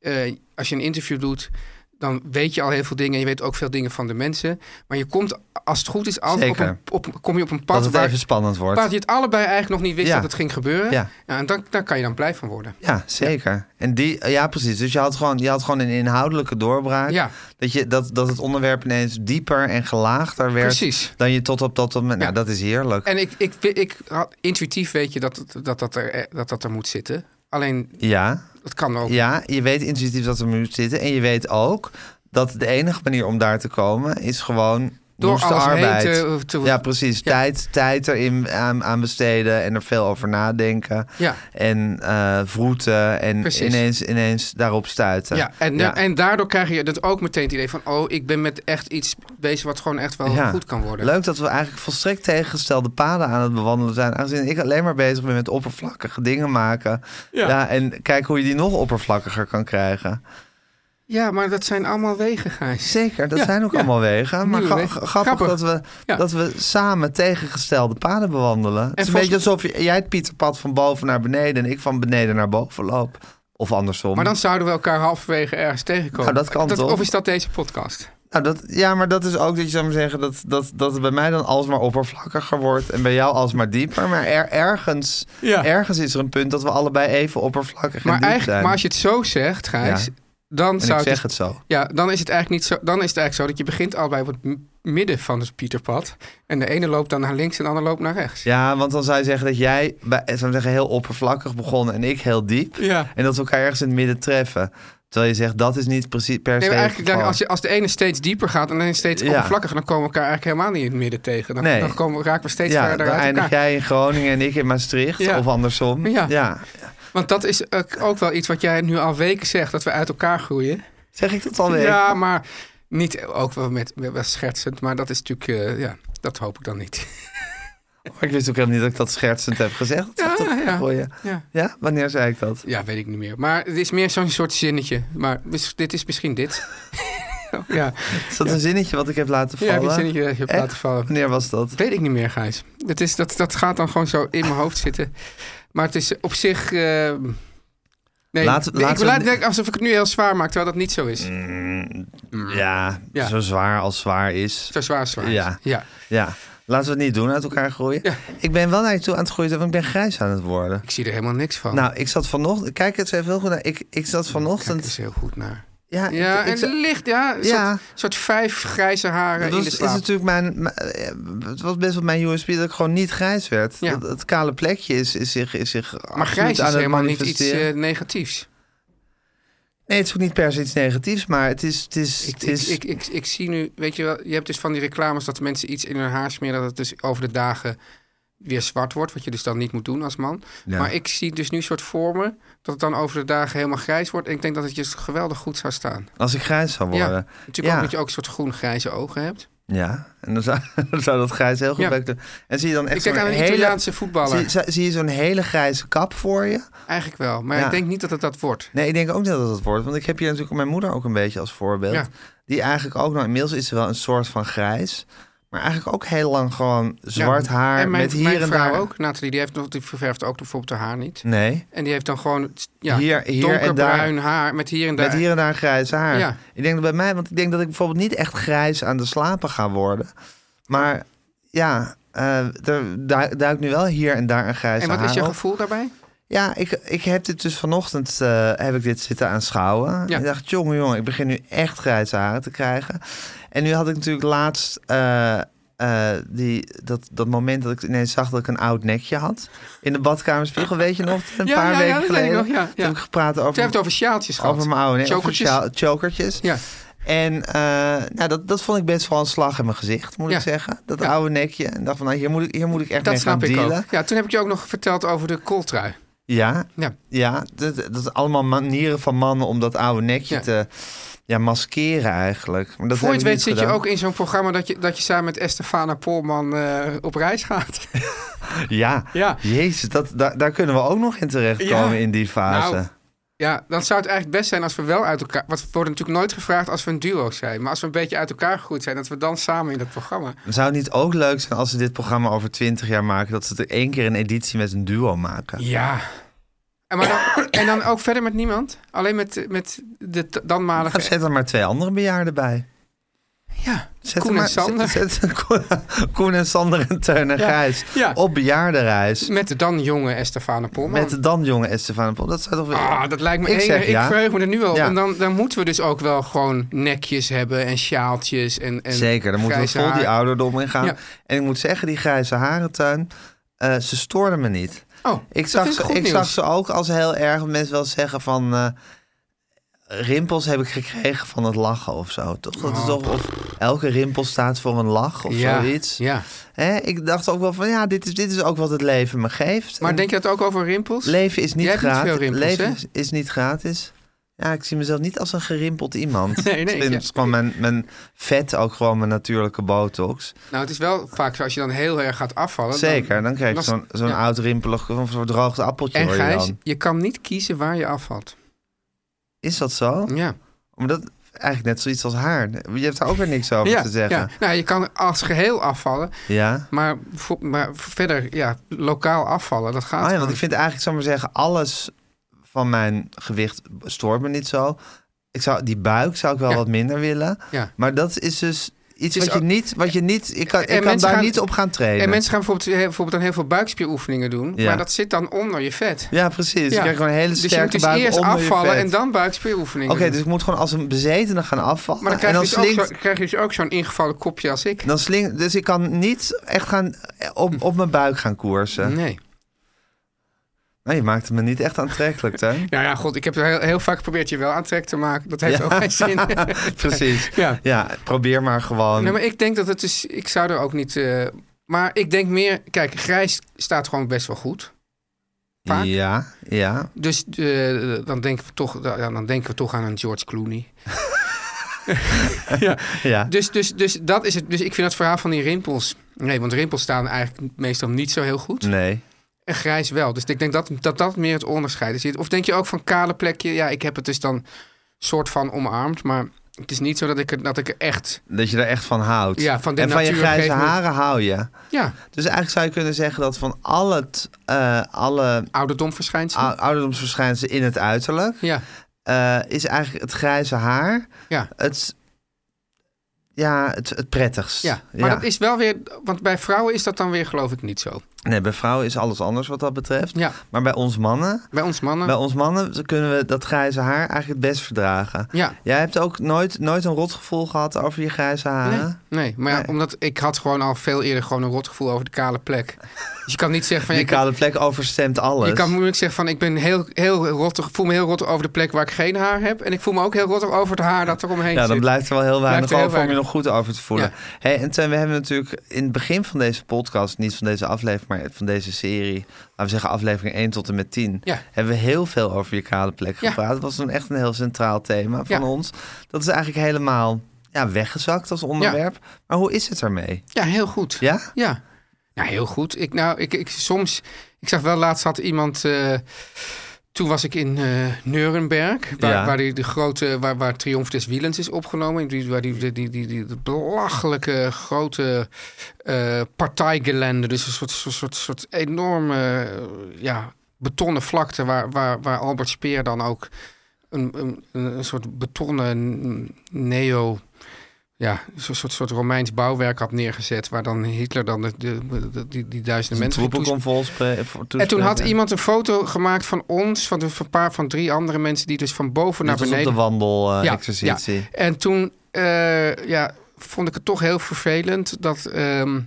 eh, als je een interview doet, dan weet je al heel veel dingen en je weet ook veel dingen van de mensen. Maar je komt, als het goed is, altijd op
Zeker.
een, op, kom je op een
Dat
pad
het
waar,
even spannend wordt.
waar je het allebei eigenlijk nog niet wist
Ja.
dat het ging gebeuren.
Ja.
Ja, en dan, daar kan je dan blij van worden.
Ja, zeker. En die, ja, precies. Dus je had gewoon, je had gewoon een inhoudelijke doorbraak.
Ja.
Dat, je, dat, dat het onderwerp ineens dieper en gelaagder werd.
Precies.
Dan je tot op dat moment. Nou,
Ja.
dat is heerlijk.
En ik, ik, ik, had, intuïtief weet je dat dat, dat, er, eh, dat dat er moet zitten. Alleen,
Ja,
dat kan ook.
ja, je weet intuïtief dat er moet zitten. En je weet ook dat de enige manier om daar te komen is gewoon.
Door
noeste
alles heen
arbeid.
te- te-
ja, precies. Tijd, tijd erin aan, aan besteden en er veel over nadenken.
Ja.
En eh vroeten en
Precies.
ineens, ineens daarop stuiten.
Ja, en,
Ja.
en daardoor krijg je dat ook meteen het idee van... oh, ik ben met echt iets bezig wat gewoon echt wel
Ja.
goed kan worden.
Leuk dat we eigenlijk volstrekt tegengestelde paden aan het bewandelen zijn. Aangezien ik alleen maar bezig ben met oppervlakkige dingen maken. Ja.
Ja.
en kijk hoe je die nog oppervlakkiger kan krijgen.
Ja, maar dat zijn allemaal wegen, Gijs.
Zeker, dat
Ja,
zijn ook
ja.
allemaal wegen. Maar
Nieuwe
gra-
wegen.
grappig,
Grappig.
Dat, we,
Ja.
dat we samen tegengestelde paden bewandelen. het is een
volgens-
beetje alsof je- jij het Pieterpad van boven naar beneden en ik van beneden naar boven loop. Of andersom.
Maar dan zouden we elkaar halverwege ergens tegenkomen.
Nou, dat kan toch?
Of is dat deze podcast?
Nou, dat, ja, maar dat is ook dat je zou maar zeggen dat, dat, dat het bij mij dan alsmaar oppervlakkiger wordt en bij jou alsmaar dieper. Maar er, ergens,
Ja.
ergens is er een punt dat we allebei even oppervlakkig en
Maar,
diep
eigenlijk,
zijn.
maar als je het zo zegt, Gijs...
Ja.
Dan,
en
zou
ik
het
zeg het zo.
Ja, dan is het eigenlijk niet zo. Dan is het eigenlijk zo dat je begint al bij het m- midden van het Pieterpad. En de ene loopt dan naar links en de ander loopt naar rechts.
Ja, want dan zou je zeggen dat jij bij, zou ik zeggen, heel oppervlakkig begon en ik heel diep.
Ja.
En dat we elkaar ergens in het midden treffen. Terwijl je zegt, dat is niet precies per se
Nee, maar
het
eigenlijk,
geval.
als, je, als de ene steeds dieper gaat en de ene steeds
Ja.
oppervlakkiger, dan komen we elkaar eigenlijk helemaal niet in het midden tegen. Dan,
Nee.
dan komen, raken we steeds
ja, dan
verder uit
eindig
elkaar.
jij in Groningen en ik in Maastricht.
Ja.
Of andersom.
Ja.
ja.
Want dat is eh, ook wel iets wat jij nu al weken zegt, dat we uit elkaar groeien.
Zeg ik dat alweer?
Ja, maar niet ook wel met, met wel schertsend, maar dat is natuurlijk, eh, ja, dat hoop ik dan niet.
Maar ik wist ook helemaal niet dat ik dat schertsend heb gezegd. Dat
Ja,
is toch
ja.
goeie.
Ja.
Ja, wanneer zei ik dat?
ja, weet ik niet meer. Maar het is meer zo'n soort zinnetje. Maar mis- dit is misschien dit. ja.
Is dat een zinnetje wat ik heb laten
Ja,
vallen?
heb je het zinnetje dat je hebt
Echt?
laten vallen?
Wanneer was dat?
Weet ik niet meer, Gijs. Dat, is, dat, dat gaat dan gewoon zo in mijn hoofd zitten. Maar het is op zich... eh,
Laten-
nee, ik
laten we- Mm.
laat het denken alsof ik het nu heel zwaar maak, terwijl dat niet zo is.
Ja,
Mm. Ja.
zo zwaar als zwaar is.
Zo zwaar is zwaar.
Ja.
ja.
Ja, laten we het niet doen, uit elkaar groeien.
Ja.
Ik ben wel naar je toe aan het groeien, want ik ben grijs aan het worden.
Ik zie er helemaal niks van.
Nou, ik zat vanochtend... Kijk, het even heel goed naar. Ik, ik zat
Kijk eens
vanochtend...
heel goed naar.
Ja, ik-
Ja,
ik,
en
zat-
het licht, ja. Een
Ja.
Soort, soort vijf grijze haren
dat was-
in de
is
slaap.
natuurlijk mijn, mijn- eh, Het was best wel mijn USP dat ik gewoon niet grijs werd.
Ja.
Dat, het kale plekje is, is zich, is zich
maar
absoluut
grijs
aan
is
het
helemaal niet iets
manifesteren.
eh, negatiefs.
Nee, het is ook niet per se iets negatiefs, maar het is... Het is,
Ik,
het is
ik, ik, ik, ik zie nu, weet je wel, je hebt dus van die reclames dat mensen iets in hun haar smeren, dat het dus over de dagen weer zwart wordt, wat je dus dan niet moet doen als man.
Ja.
Maar ik zie dus nu een soort voor me dat het dan over de dagen helemaal grijs wordt. En ik denk dat het je geweldig goed zou staan.
Als ik grijs zou
Ja,
worden.
natuurlijk
Ja.
ook dat je ook een soort groen-grijze ogen hebt.
Ja, en dan zou, dan zou dat grijs heel goed
Ja.
bij kunnen. En zie je dan
ik
echt zo'n
kijk aan een
hele...
Italiaanse
Zie,
voetballer.
zie je zo'n hele grijze kap voor je?
Eigenlijk wel, maar
Ja.
ik denk niet dat het dat wordt.
Nee, ik denk ook niet dat dat het wordt. Want ik heb hier natuurlijk mijn moeder ook een beetje als voorbeeld.
Ja.
Die eigenlijk ook, nou inmiddels is ze wel een soort van grijs. Maar eigenlijk ook heel lang gewoon zwart
Ja.
haar
en mijn,
met hier
mijn
en
vrouw
daar.
ook, Nathalie, die, heeft nog, die ververft ook bijvoorbeeld haar haar niet.
Nee,
En die heeft dan gewoon ja,
Hier- hier en daar.
donkerbruin haar met hier en daar.
met hier en daar grijs haar.
Ja.
Ik denk dat bij mij, want ik denk dat ik bijvoorbeeld niet echt grijs aan de slapen ga worden. Maar ja, eh, er du- duikt nu wel hier en daar een grijze
en wat
haar
is je
op.
gevoel daarbij?
Ja, ik, ik heb dit dus vanochtend eh, heb ik dit zitten aanschouwen.
Ja.
Ik dacht, jongen, jongen, ik begin nu echt grijze haren te krijgen. En nu had ik natuurlijk laatst eh, eh, die, dat, dat moment dat ik ineens zag dat ik een oud nekje had. In de badkamerspiegel, weet je nog? Een
Ja,
paar
ja, ja,
weken
dat weet ik
geleden.
nog, ja,
Toen
ja.
heb ik gepraat over,
Ze heeft het over sjaaltjes gehad.
over mijn oude nek- over
Chokertjes.
sjaal- chokertjes.
Ja.
En eh, nou, dat, dat vond ik best wel een slag in mijn gezicht, moet
Ja.
ik zeggen. Dat
Ja.
oude nekje. En dacht van, nou, hier moet ik, hier moet ik echt
Dat
mee gaan
snap ik
dealen.
ook. Ja, toen heb ik je ook nog verteld over de kooltrui.
Ja,
Ja.
ja dat, dat is allemaal manieren van mannen om dat oude nekje
Ja.
te ja, maskeren eigenlijk. Maar dat
Voor je het
hebben
weet
we
zit
niet
je
gedaan.
ook in zo'n programma dat je, dat je samen met Estefana Polman eh, op reis gaat.
Ja,
Ja.
jezus, dat, daar, daar kunnen we ook nog in terechtkomen
Ja.
in die fase.
Nou, ja, dan zou het eigenlijk best zijn als we wel uit elkaar... Want we worden natuurlijk nooit gevraagd als we een duo zijn. Maar als we een beetje uit elkaar gegroeid zijn, dat we dan samen in dat programma...
Zou het niet ook leuk zijn als ze dit programma over twintig jaar maken... dat ze er één keer een editie met een duo maken?
Ja. En, maar dan, en dan ook verder met niemand? Alleen met, met de t- danmalige...
Nou, zet er maar twee andere bejaarden bij.
ja,
Zet er
Koen en
maar,
Sander.
Zet, zet- Koen, Koen en Sander en Teun en
Ja.
Gijs
Ja.
op bejaardenreis...
Met de dan jonge Estefana Polman.
Met de dan jonge Estefan Pol. Dat zou toch weer...
Ah, dat lijkt me
Ik
ik,
zeg ja.
ik verheug me er nu al op.
Ja.
En dan, dan moeten we dus ook wel gewoon nekjes hebben en sjaaltjes en, en
Zeker, dan moeten we
grijze
vol die
haar.
ouderdom in gaan.
Ja.
En ik moet zeggen, die grijze harentuin, eh, ze stoorden me niet.
Oh,
Ik, zag
vind
ze,
ik goed
ik zag
nieuws.
ze ook als heel erg mensen wel zeggen van... eh, rimpels heb ik gekregen van het lachen of zo, toch? Dat is toch of elke rimpel staat voor een lach of
Oh. ja,
zoiets.
Ja.
Hè? Ik dacht ook wel van, ja, dit is, dit is ook wat het leven me geeft.
Maar
En
denk je dat ook over rimpels?
Leven is niet
Jij hebt niet
gratis.
veel rimpels,
leven
hè?
is, is niet gratis. Ja, ik zie mezelf niet als een gerimpeld iemand.
Nee, nee,
Ik vind
ja.
het gewoon mijn, mijn vet ook gewoon mijn natuurlijke botox.
nou, het is wel vaak zo als je dan heel erg gaat afvallen. dan-
Zeker, dan krijg je
dan-
zo'n zo'n
ja.
oud rimpelig, zo'n verdroogd appeltje.
En
hoor je
Gijs,
dan.
je kan niet kiezen waar je afvalt.
Is dat zo?
Ja.
Omdat eigenlijk net zoiets als haar. Je hebt daar ook weer niks over
ja,
te zeggen.
ja. Nou, je kan als geheel afvallen,
Ja.
maar, voor- maar verder ja, lokaal afvallen, dat gaat
Ah ja,
gewoon.
want ik vind eigenlijk, zou ik maar zeggen, alles van mijn gewicht stoort me niet zo. Ik zou, die buik zou ik wel
Ja.
wat minder willen.
Ja.
Maar dat is dus iets
is
wat, je
ook-
niet, wat je niet... Ik kan,
En
ik kan
mensen
daar
gaan-
niet op gaan trainen.
En mensen gaan bijvoorbeeld, eh, bijvoorbeeld dan heel veel buikspieroefeningen doen,
Ja.
maar dat zit dan onder je vet.
Ja, precies. Je
Ja.
krijgt gewoon een hele
Dus
sterke
je moet dus
buik
eerst
onder je
afvallen
vet.
en dan buikspieroefeningen
Oké,
doen.
dus ik moet gewoon als een bezetene gaan afvallen.
Maar dan krijg,
en
je
dan
dus ook
slinkt...
zo- krijg je dus ook zo'n ingevallen kopje als ik.
Dan sling, dus ik kan niet echt gaan eh, op, op mijn buik gaan koersen.
Nee.
Nou, je maakt het me niet echt aantrekkelijk, hè?
Nou ja, god, ik heb heel, heel vaak geprobeerd je wel aantrek te maken. Dat heeft
Ja.
ook geen zin.
Precies.
ja.
Ja, probeer maar gewoon.
Nee, maar ik denk dat het is... Ik zou er ook niet... eh, maar ik denk meer... Kijk, grijs staat gewoon best wel goed. vaak.
Ja, ja.
Dus eh, dan, denken we toch, ja, dan denken we toch aan een George Clooney.
ja.
Dus, dus, dus dat is het. Dus ik vind het verhaal van die rimpels... Nee, want rimpels staan eigenlijk meestal niet zo heel goed.
Nee.
En grijs wel. Dus ik denk dat dat, dat meer het onderscheid is. Of denk je ook van kale plekje? Ja, ik heb het dus dan soort van omarmd. Maar het is niet zo dat ik er, dat ik er echt...
Dat je er echt van houdt.
Ja, van de
en van je
natuur
grijze
geeft me-
haren hou je.
Ja,
Dus eigenlijk zou je kunnen zeggen dat van al het, eh, alle
ouderdomverschijnsel.
ou- ouderdomsverschijnselen in het uiterlijk...
ja,
eh, is eigenlijk het grijze haar
ja.
het, ja, het, het prettigst.
Ja, maar dat is wel weer... Want bij vrouwen is dat dan weer geloof ik niet zo.
Nee, bij vrouwen is alles anders wat dat betreft.
Ja,
Maar bij ons mannen,
bij ons mannen...
bij ons mannen kunnen we dat grijze haar eigenlijk het best verdragen.
ja,
Jij hebt ook nooit, nooit een rotgevoel gehad over je grijze haren?
nee, nee. Maar ja,
Ah. Nee.
omdat ik had gewoon al veel eerder gewoon een rotgevoel over de kale plek. Dus je kan niet zeggen van...
Die
ja, ik-
kale plek overstemt alles.
Je kan moeilijk zeggen van ik ben heel, heel rottig, voel me heel rottig over de plek waar ik geen haar heb. En ik voel me ook heel rottig over het haar dat er omheen
Ja,
zit.
Nou, dan blijft er wel heel
Blijft er
weinig
heel
over om je
weinig.
nog goed over te voelen.
Ja.
Hey, en Teun, we hebben natuurlijk in het begin van deze podcast, niet van deze aflevering, maar, van deze serie, laten we zeggen aflevering 1 tot en met 10,
Ja.
hebben we heel veel over je kale plek
Ja.
gepraat. Dat was toen echt een heel centraal thema van
Ja.
ons. Dat is eigenlijk helemaal ja, weggezakt als onderwerp. Maar hoe is het ermee?
Ja, heel goed.
Ja?
Ja. Nou, heel goed. Ik, nou, ik, ik, soms, ik zag wel laatst had iemand. eh, toen was ik in eh Nuremberg, waar,
Ja.
waar die, de grote, waar, waar Triomf des Wielens is opgenomen. Die, waar die, die, die, die, die belachelijke grote eh partijgelände, dus een soort, soort, soort, soort enorme eh, ja, betonnen vlakte waar, waar, waar Albert Speer dan ook een, een, een soort betonnen neo ja, zo'n soort, soort Romeins bouwwerk had neergezet. Waar dan Hitler dan de, de- de- die, die duizenden
Een
mensen ging toespreken.
troepenconvol spre- voor-
En toen had
toespreken.
iemand een foto gemaakt van ons, van, de, van een paar van drie andere mensen die dus van boven
Net
naar
als
beneden.
op de eh,
Ja,
wandel-exercitie.
En toen eh, ja, vond ik het toch heel vervelend dat, ehm,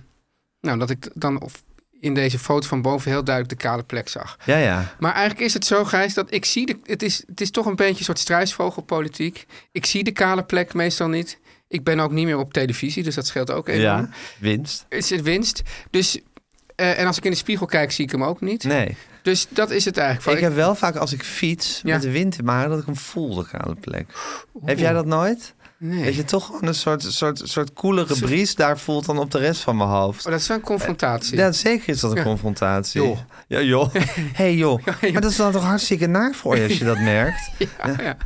nou, dat ik dan of in deze foto van boven heel duidelijk de kale plek zag.
ja. ja, ja.
Maar eigenlijk is het zo, Gijs, dat ik zie... De, het, is, het is toch een beetje een soort struisvogelpolitiek. Ik zie de kale plek meestal niet. Ik ben ook niet meer op televisie, dus dat scheelt ook enorm.
Ja, winst.
Is het winst. Dus, eh, en als ik in de spiegel kijk, zie ik hem ook niet.
Nee.
Dus dat is het eigenlijk.
Ik heb wel vaak als ik fiets
Ja.
met de wind in mijn haar, dat ik hem voel, de kale plek. Heb jij dat nooit?
Nee.
Dat je toch gewoon een soort, soort, soort koelere bries daar voelt dan op de rest van mijn hoofd.
Oh, dat is wel een confrontatie.
Ja, zeker is dat een
Ja.
confrontatie.
Joh.
Ja, joh. hey, joh.
joh.
Maar dat is dan toch hartstikke naar voor je als je dat merkt?
Ja, ja.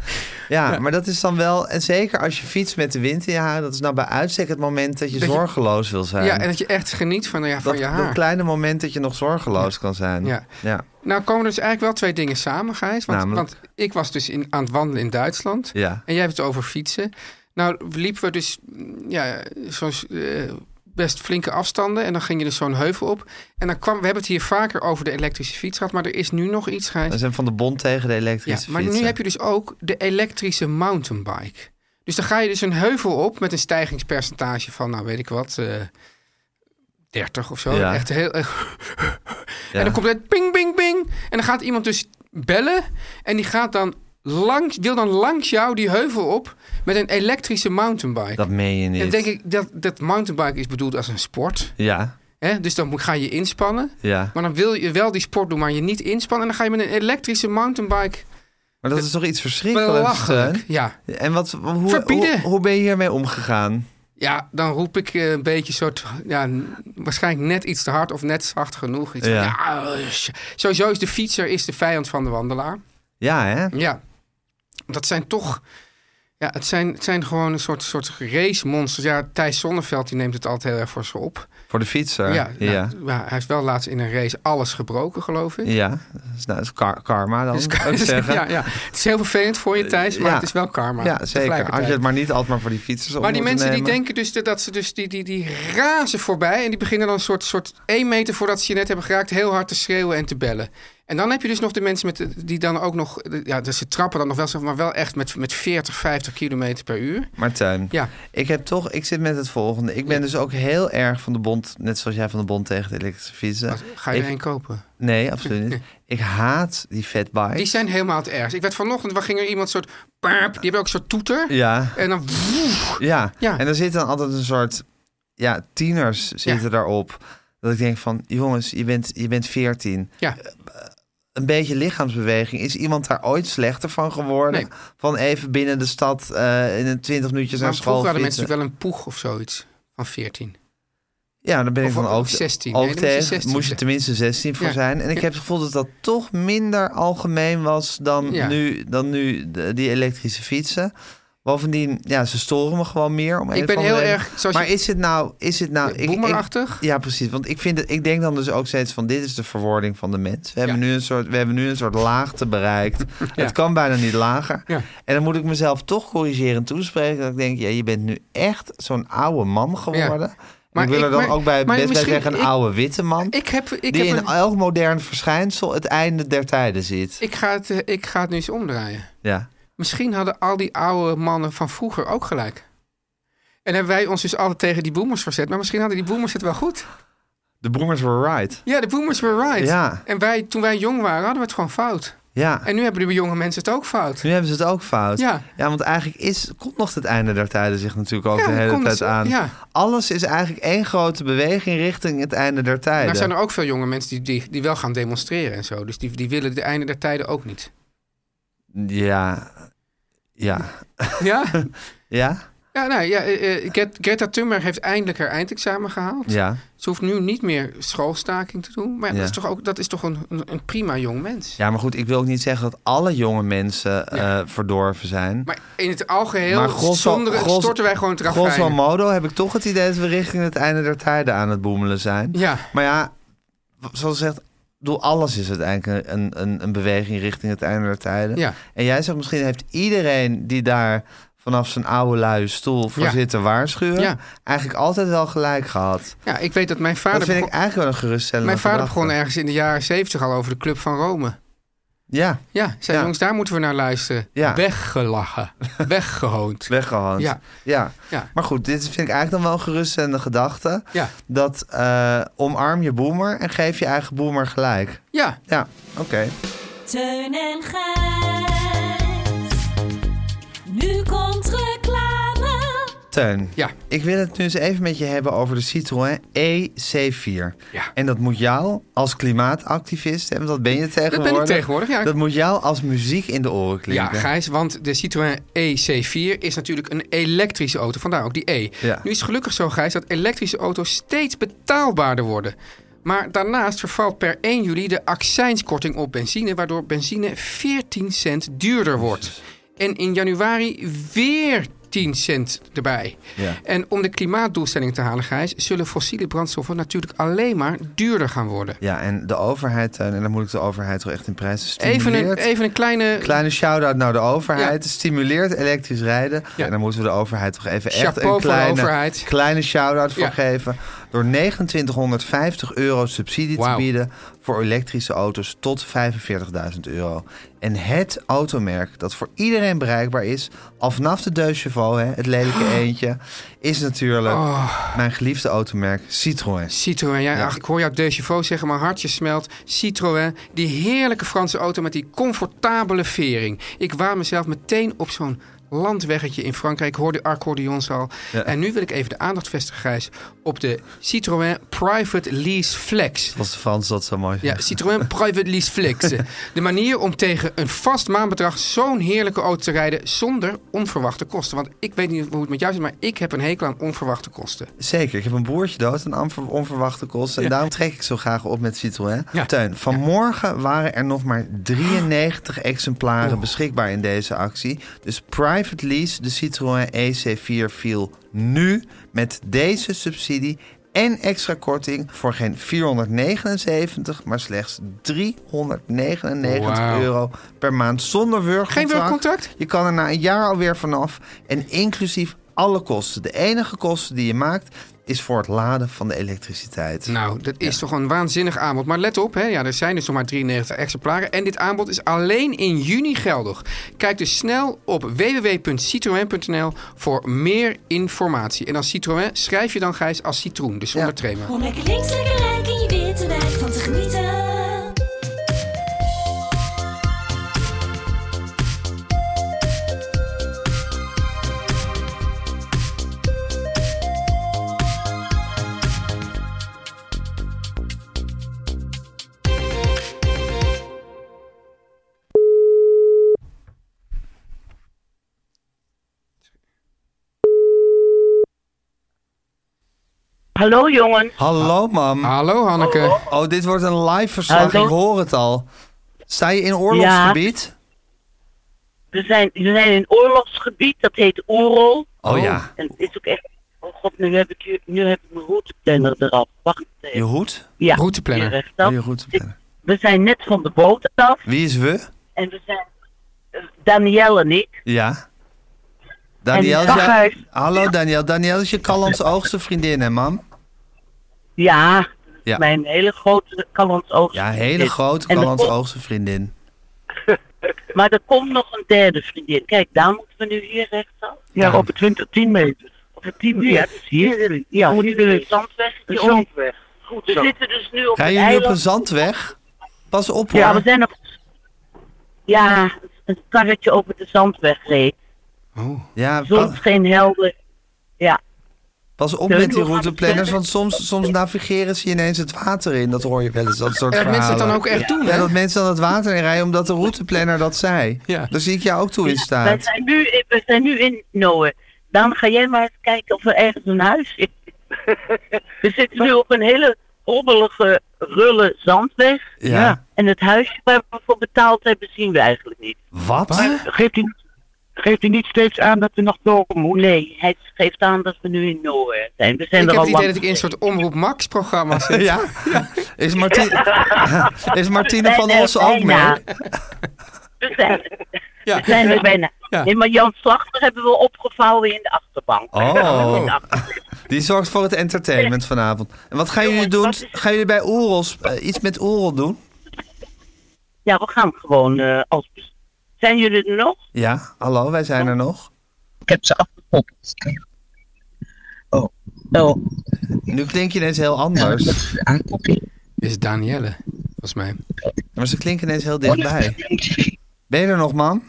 Ja, maar dat is dan wel... En zeker als je fietst met de wind in je haar... dat is nou bij uitstek het moment dat je
Dat je-
zorgeloos wil zijn.
Ja, en dat je echt geniet van, ja, van
dat,
je
dat
haar.
kleine moment dat je nog zorgeloos kan zijn.
Ja.
Ja.
Nou komen dus eigenlijk wel twee dingen samen, Gijs. Want,
Namelijk?
want ik was dus in, aan het wandelen in Duitsland.
ja.
En jij hebt het over fietsen. Nou liepen we dus mm, ja, zo'n eh, best flinke afstanden. En dan ging je dus zo'n heuvel op. En dan kwam, we hebben het hier vaker over de elektrische fiets gehad. Maar er is nu nog iets, Gijs.
We zijn van de bond tegen de elektrische
Ja,
fiets.
maar nu heb je dus ook de elektrische mountainbike. Dus dan ga je dus een heuvel op met een stijgingspercentage van, nou weet ik wat, eh 30 of zo.
Ja.
Echt heel. eh, En dan komt het ping, ping, ping. En dan gaat iemand dus bellen. En die gaat dan langs, wil dan langs jou die heuvel op met een elektrische mountainbike.
Dat meen je
en
niet.
dan denk ik dat, dat mountainbike is bedoeld als een sport.
Ja,
Hè? Dus dan moet- ga je inspannen.
ja.
Maar dan wil je wel die sport doen, maar je niet inspannen. En dan ga je met een elektrische mountainbike
Maar dat is toch iets verschrikkelijks,
belachelijk.
Teun?
Ja.
En wat, hoe, hoe,
Verbieden.
hoe ben je hiermee omgegaan?
Ja, dan roep ik eh, een beetje soort, ja, n- waarschijnlijk net iets te hard of net zacht genoeg. Iets van,
Ja.
ja, eh, sh- sowieso is de fietser is de vijand van de wandelaar.
Ja, hè?
Ja, dat zijn toch, ja, het zijn, het zijn gewoon een soort, soort race monsters. Ja, Thijs Zonneveld die neemt het altijd heel erg voor ze op.
Voor de fietser.
Ja, nou,
ja.
ja, hij heeft wel laatst in een race alles gebroken, geloof ik.
Ja. Dat is, nou, dat is kar- karma dan,
Dus
kan ik zeggen.
ja, ja. Het is heel vervelend voor je, Thijs, maar
Ja.
het is wel karma.
Ja, zeker. Als
tegelijkertijd.
je het maar niet altijd maar voor die fietsers op
Maar die
moet
mensen die
nemen.
denken dus dat- dat ze dus die, die, die razen voorbij. En die beginnen dan een soort, soort één meter voordat ze je net hebben geraakt, heel hard te schreeuwen en te bellen. En dan heb je dus nog de mensen met de- die dan ook nog. Ja, dus ze trappen dan nog wel, zeg maar wel echt met, met 40, 50 kilometer per uur.
Martijn,
Ja.
ik heb toch, ik zit met het volgende. Ik ben dus ook heel erg van de bond, net zoals jij van de bond tegen de elektrische fietsen.
Wat, ga je
Ik-
er een kopen?
Nee, absoluut niet. Ik haat die fatbikes.
Die zijn helemaal het ergst. Ik werd vanochtend, waar ging er iemand soort. paap, Die hebben ook zo'n toeter.
Ja,
En dan.
ja.
Ja.
En er zit dan altijd een soort, ja, tieners zitten daarop. Dat ik denk van, jongens, je bent, je bent 14.
Ja.
Een beetje lichaamsbeweging. Is iemand daar ooit slechter van geworden?
Nee.
Van even binnen de stad eh, in een 20 minuutjes
Maar
naar school
vroeger hadden mensen
fietsen.
natuurlijk wel een poeg of zoiets. Van 14.
Ja, dan ben ik
Of
van
ook
ook,
16.
ook
Nee, dan moet je
tegen.
16
moest je
zijn.
tenminste 16 voor
Ja.
zijn. En ik
Ja.
heb het gevoel dat dat toch minder algemeen was dan
Ja.
nu, dan nu de- die elektrische fietsen. Bovendien, ja, ze storen me gewoon meer. Om een
Ik
of
ben
andere
heel
reden.
erg, zoals
Maar
je-
is het nou... Is het nou ik, ik,
Boemerachtig.
ja, precies. Want ik, vind het, ik denk dan dus ook steeds van... dit is de verwording van de mens. We, hebben,
Ja.
nu een soort, we hebben nu een soort laagte bereikt. Het kan bijna niet lager.
Ja.
En dan moet ik mezelf toch corrigerend toespreken. Dat ik denk, ja, je bent nu echt zo'n oude man geworden.
Maar
ik wil
ik-
er dan
maar-
ook bij,
maar
best bij
misschien-
zeggen... een
ik-
oude witte man...
Ik heb, ik
die
heb
in
een-
elk modern verschijnsel... het einde der tijden ziet.
Ik ga, het, eh, ik ga het nu eens omdraaien.
Ja.
Misschien hadden al die oude mannen van vroeger ook gelijk. En hebben wij ons dus altijd tegen die boomers verzet. Maar misschien hadden die boomers het wel goed.
De boomers were right.
Ja, de boomers were right.
Ja.
En wij, toen wij jong waren, hadden we het gewoon fout.
Ja.
En nu hebben de jonge mensen het ook fout.
Nu hebben ze het ook fout.
Ja.
want eigenlijk is, komt nog het einde der tijden zich natuurlijk ook
Ja,
de hele
komt
tijd
het-
aan.
ja.
Alles is eigenlijk één grote beweging richting het einde der tijden.
Daar zijn er ook veel jonge mensen die, die, die wel gaan demonstreren en zo. Dus die, die willen de einde der tijden ook niet.
Ja. Ja.
Ja?
Ja?
Ja, nou, ja eh, eh, Gret- Greta Thunberg heeft eindelijk haar eindexamen gehaald.
Ja.
Ze hoeft nu niet meer schoolstaking te doen. Maar ja,
Ja.
dat is toch, ook, dat is toch een, een, een prima jong mens.
Ja, maar goed, ik wil ook niet zeggen dat alle jonge mensen
Ja.
eh, verdorven zijn.
Maar in het algeheel
Maar grosso-
zonder het
gros-
storten wij gewoon het
Grosso
rafijn.
modo heb ik toch het idee dat we richting het einde der tijden aan het boemelen zijn.
Ja,
Maar ja, w- zoals gezegd, doe alles is uiteindelijk een, een, een beweging richting het einde der tijden.
ja.
En jij zegt misschien heeft iedereen die daar vanaf zijn oude luie stoel voor
Ja.
zit te waarschuwen,
Ja.
eigenlijk altijd wel gelijk gehad.
ja, ik weet dat mijn vader...
Dat vind ik
begon-
eigenlijk wel een geruststellende
Mijn vader
gedachte.
begon ergens in de jaren zeventig al over de Club van Rome.
Ja,
Ja, zei
Ja.
jongens, daar moeten we naar luisteren.
Ja.
Weggelachen. Weggehoond.
weggehand.
Ja.
Ja.
Ja.
maar goed, dit vind ik eigenlijk dan wel een geruststellende gedachte.
Ja.
Dat eh, omarm je boomer en geef je eigen boomer gelijk.
Ja,
Ja, oké.
Teun en Gijs. Nu komt reclame.
Teun,
Ja.
ik wil het nu eens even met je hebben over de Citroën EC4.
Ja.
En dat moet jou als klimaatactivist, en dat ben je
dat
tegenwoordig.
ben ik tegenwoordig. Ja,
Dat moet jou als muziek in de oren
Ja,
klinken.
Gijs, want de Citroën EC4 is natuurlijk een elektrische auto, vandaar ook die E.
Ja.
Nu is het gelukkig zo, Gijs, dat elektrische auto's steeds betaalbaarder worden. Maar daarnaast vervalt per 1 juli de accijnskorting op benzine, waardoor benzine 14 cent duurder wordt. En in januari weer 10 cent erbij.
Ja.
En om de klimaatdoelstelling te halen, Gijs, zullen fossiele brandstoffen natuurlijk alleen maar duurder gaan worden.
Ja, en de overheid, Teun, en dan moet ik de overheid wel echt in prijzen
Even
stimuleren.
een, even een kleine
Kleine shout-out naar de overheid. Stimuleert elektrisch rijden.
Ja.
En daar moeten we de overheid toch even echt
Chapeau
een
voor de
kleine,
overheid.
kleine shout-out voor
Ja.
geven. Door 2950 euro subsidie te
Wauw.
bieden voor elektrische auto's tot 45.000 euro. En het automerk dat voor iedereen bereikbaar is, al vanaf de Deux Chevaux, hè, het lelijke eentje, is natuurlijk mijn geliefde automerk Citroën.
Oh. Citroën, ja, ach, ik hoor jou De Chauveau zeggen, maar hartje smelt. Citroën, die heerlijke Franse auto met die comfortabele vering. Ik waar mezelf meteen op zo'n landweggetje in Frankrijk. Ik hoor de accordeons al. En nu wil ik even de aandacht vestigen, Gijs, op de Citroën Private Lease Flex.
Als de Frans dat zo mooi
Ja, Citroën Private Lease Flex. De manier om tegen een vast maandbedrag zo'n heerlijke auto te rijden zonder onverwachte kosten. Want ik weet niet hoe het met jou zit, maar ik heb een hekel aan onverwachte kosten.
Zeker, ik heb een broertje dood en amper- onverwachte kosten. En daarom trek ik zo graag op met Citroën.
Ja.
Teun, vanmorgen waren er nog maar 93 exemplaren
Oh.
beschikbaar in deze actie. Dus private lease, de Citroën EC4 viel nu met deze subsidie en extra korting voor geen 479, maar slechts 399
Wauw.
euro per maand zonder wurgcontract.
Geen wurgcontract?
Je kan er na een jaar alweer vanaf. En inclusief alle kosten. De enige kosten die je maakt is voor het laden van de elektriciteit.
Nou, dat is toch een waanzinnig aanbod. Maar let op, hè, ja, er zijn dus nog maar 93 exemplaren. En dit aanbod is alleen in juni geldig. Kijk dus snel op www.citroën.nl voor meer informatie. En als Citroën schrijf je dan Gijs als citroen, dus zonder
Ja.
trema.
Om lekker links, lekker rijk in je witte wijk van te genieten.
Hallo jongen.
Hallo mam.
Hallo Hanneke.
Oh, dit wordt een live verslag.
Hallo.
Ik hoor het al. Sta je in oorlogsgebied?
We zijn, we zijn in een oorlogsgebied, dat heet Oerol.
Oh ja.
En het is ook echt... Oh god, nu heb ik, je- nu heb ik mijn routeplanner eraf. Wacht
Je
even.
hoed?
Ja,
Routeplanner.
hier rechtaf.
Oh, je hoed.
We zijn net van de boot af.
Wie is we?
En we zijn... eh, Danielle en ik.
Ja. Daniel,
dag,
ja-
huis.
Hallo Daniel. Daniel is je Callands oogste vriendin hè mam?
Ja,
Ja.
mijn hele grote kalans oogst.
Ja, hele grote
En er
Callands
komt-
oogste vriendin.
Maar er komt nog een derde vriendin. Kijk, daar moeten we nu hier rechtsaf.
Ja, op de 20, 10 meter.
Op het team.
Ja, dat is hier. Ja,
Moet
hier
je de
de
zandweg?
de zandweg.
Goed, we
zo.
zitten dus nu op
Ga
het
je nu op een
eiland.
zandweg? Pas op hoor.
Ja, we zijn op... Ja, een karretje over de zandweg reed.
Oh.
Ja, pa-
Soms geen helder. Ja,
pas op
Teun,
met die
hoe gaat het
routeplanners,
verder?
want soms, soms navigeren ze ineens het water in. Dat hoor je wel eens, dat soort
Ja, dat
verhalen.
mensen het dan ook echt doen,
Ja,
hè?
dat mensen dan het water in rijden omdat de routeplanner dat zei.
Ja.
Daar zie ik jou ook toe in
wij
staat.
zijn, nu, we zijn nu in Noe. Dan ga jij maar eens kijken of er ergens een huis is. we zitten nu op een hele hobbelige, rulle zandweg.
Ja.
En het huisje waar we voor betaald hebben, zien we eigenlijk niet.
Wat?
Geeft hij, geeft hij niet steeds aan dat we nog door moeten?
Nee, hij geeft aan dat we nu in Noor zijn. We zijn
Ik
er
heb
al
het idee
lang
dat ik in een soort Omroep Max-programma zit.
Ja? Is, Marti- is Martine
Wij
van
zijn
Olsen ook mee?
bijna. We zijn,
Ja.
we zijn er bijna.
Ja.
Nee, maar Jan Slachter hebben we opgevouwen in de achterbank.
Oh.
In de achterbank.
Die zorgt voor het entertainment vanavond. En wat gaan jullie doen?
Jongens, wat is-
Gaan jullie bij Oeros eh, iets met Oerol doen?
Ja, we gaan gewoon eh, als... bes- Zijn jullie er nog?
Ja, hallo, wij zijn er nog.
Ik heb ze afgekoppeld. Oh, oh,
Nu klink je ineens heel anders.
aankoppeling.
Dit is Danielle, volgens mij.
Maar ze klinken ineens heel
Oh,
dichtbij. Ben je er nog, man?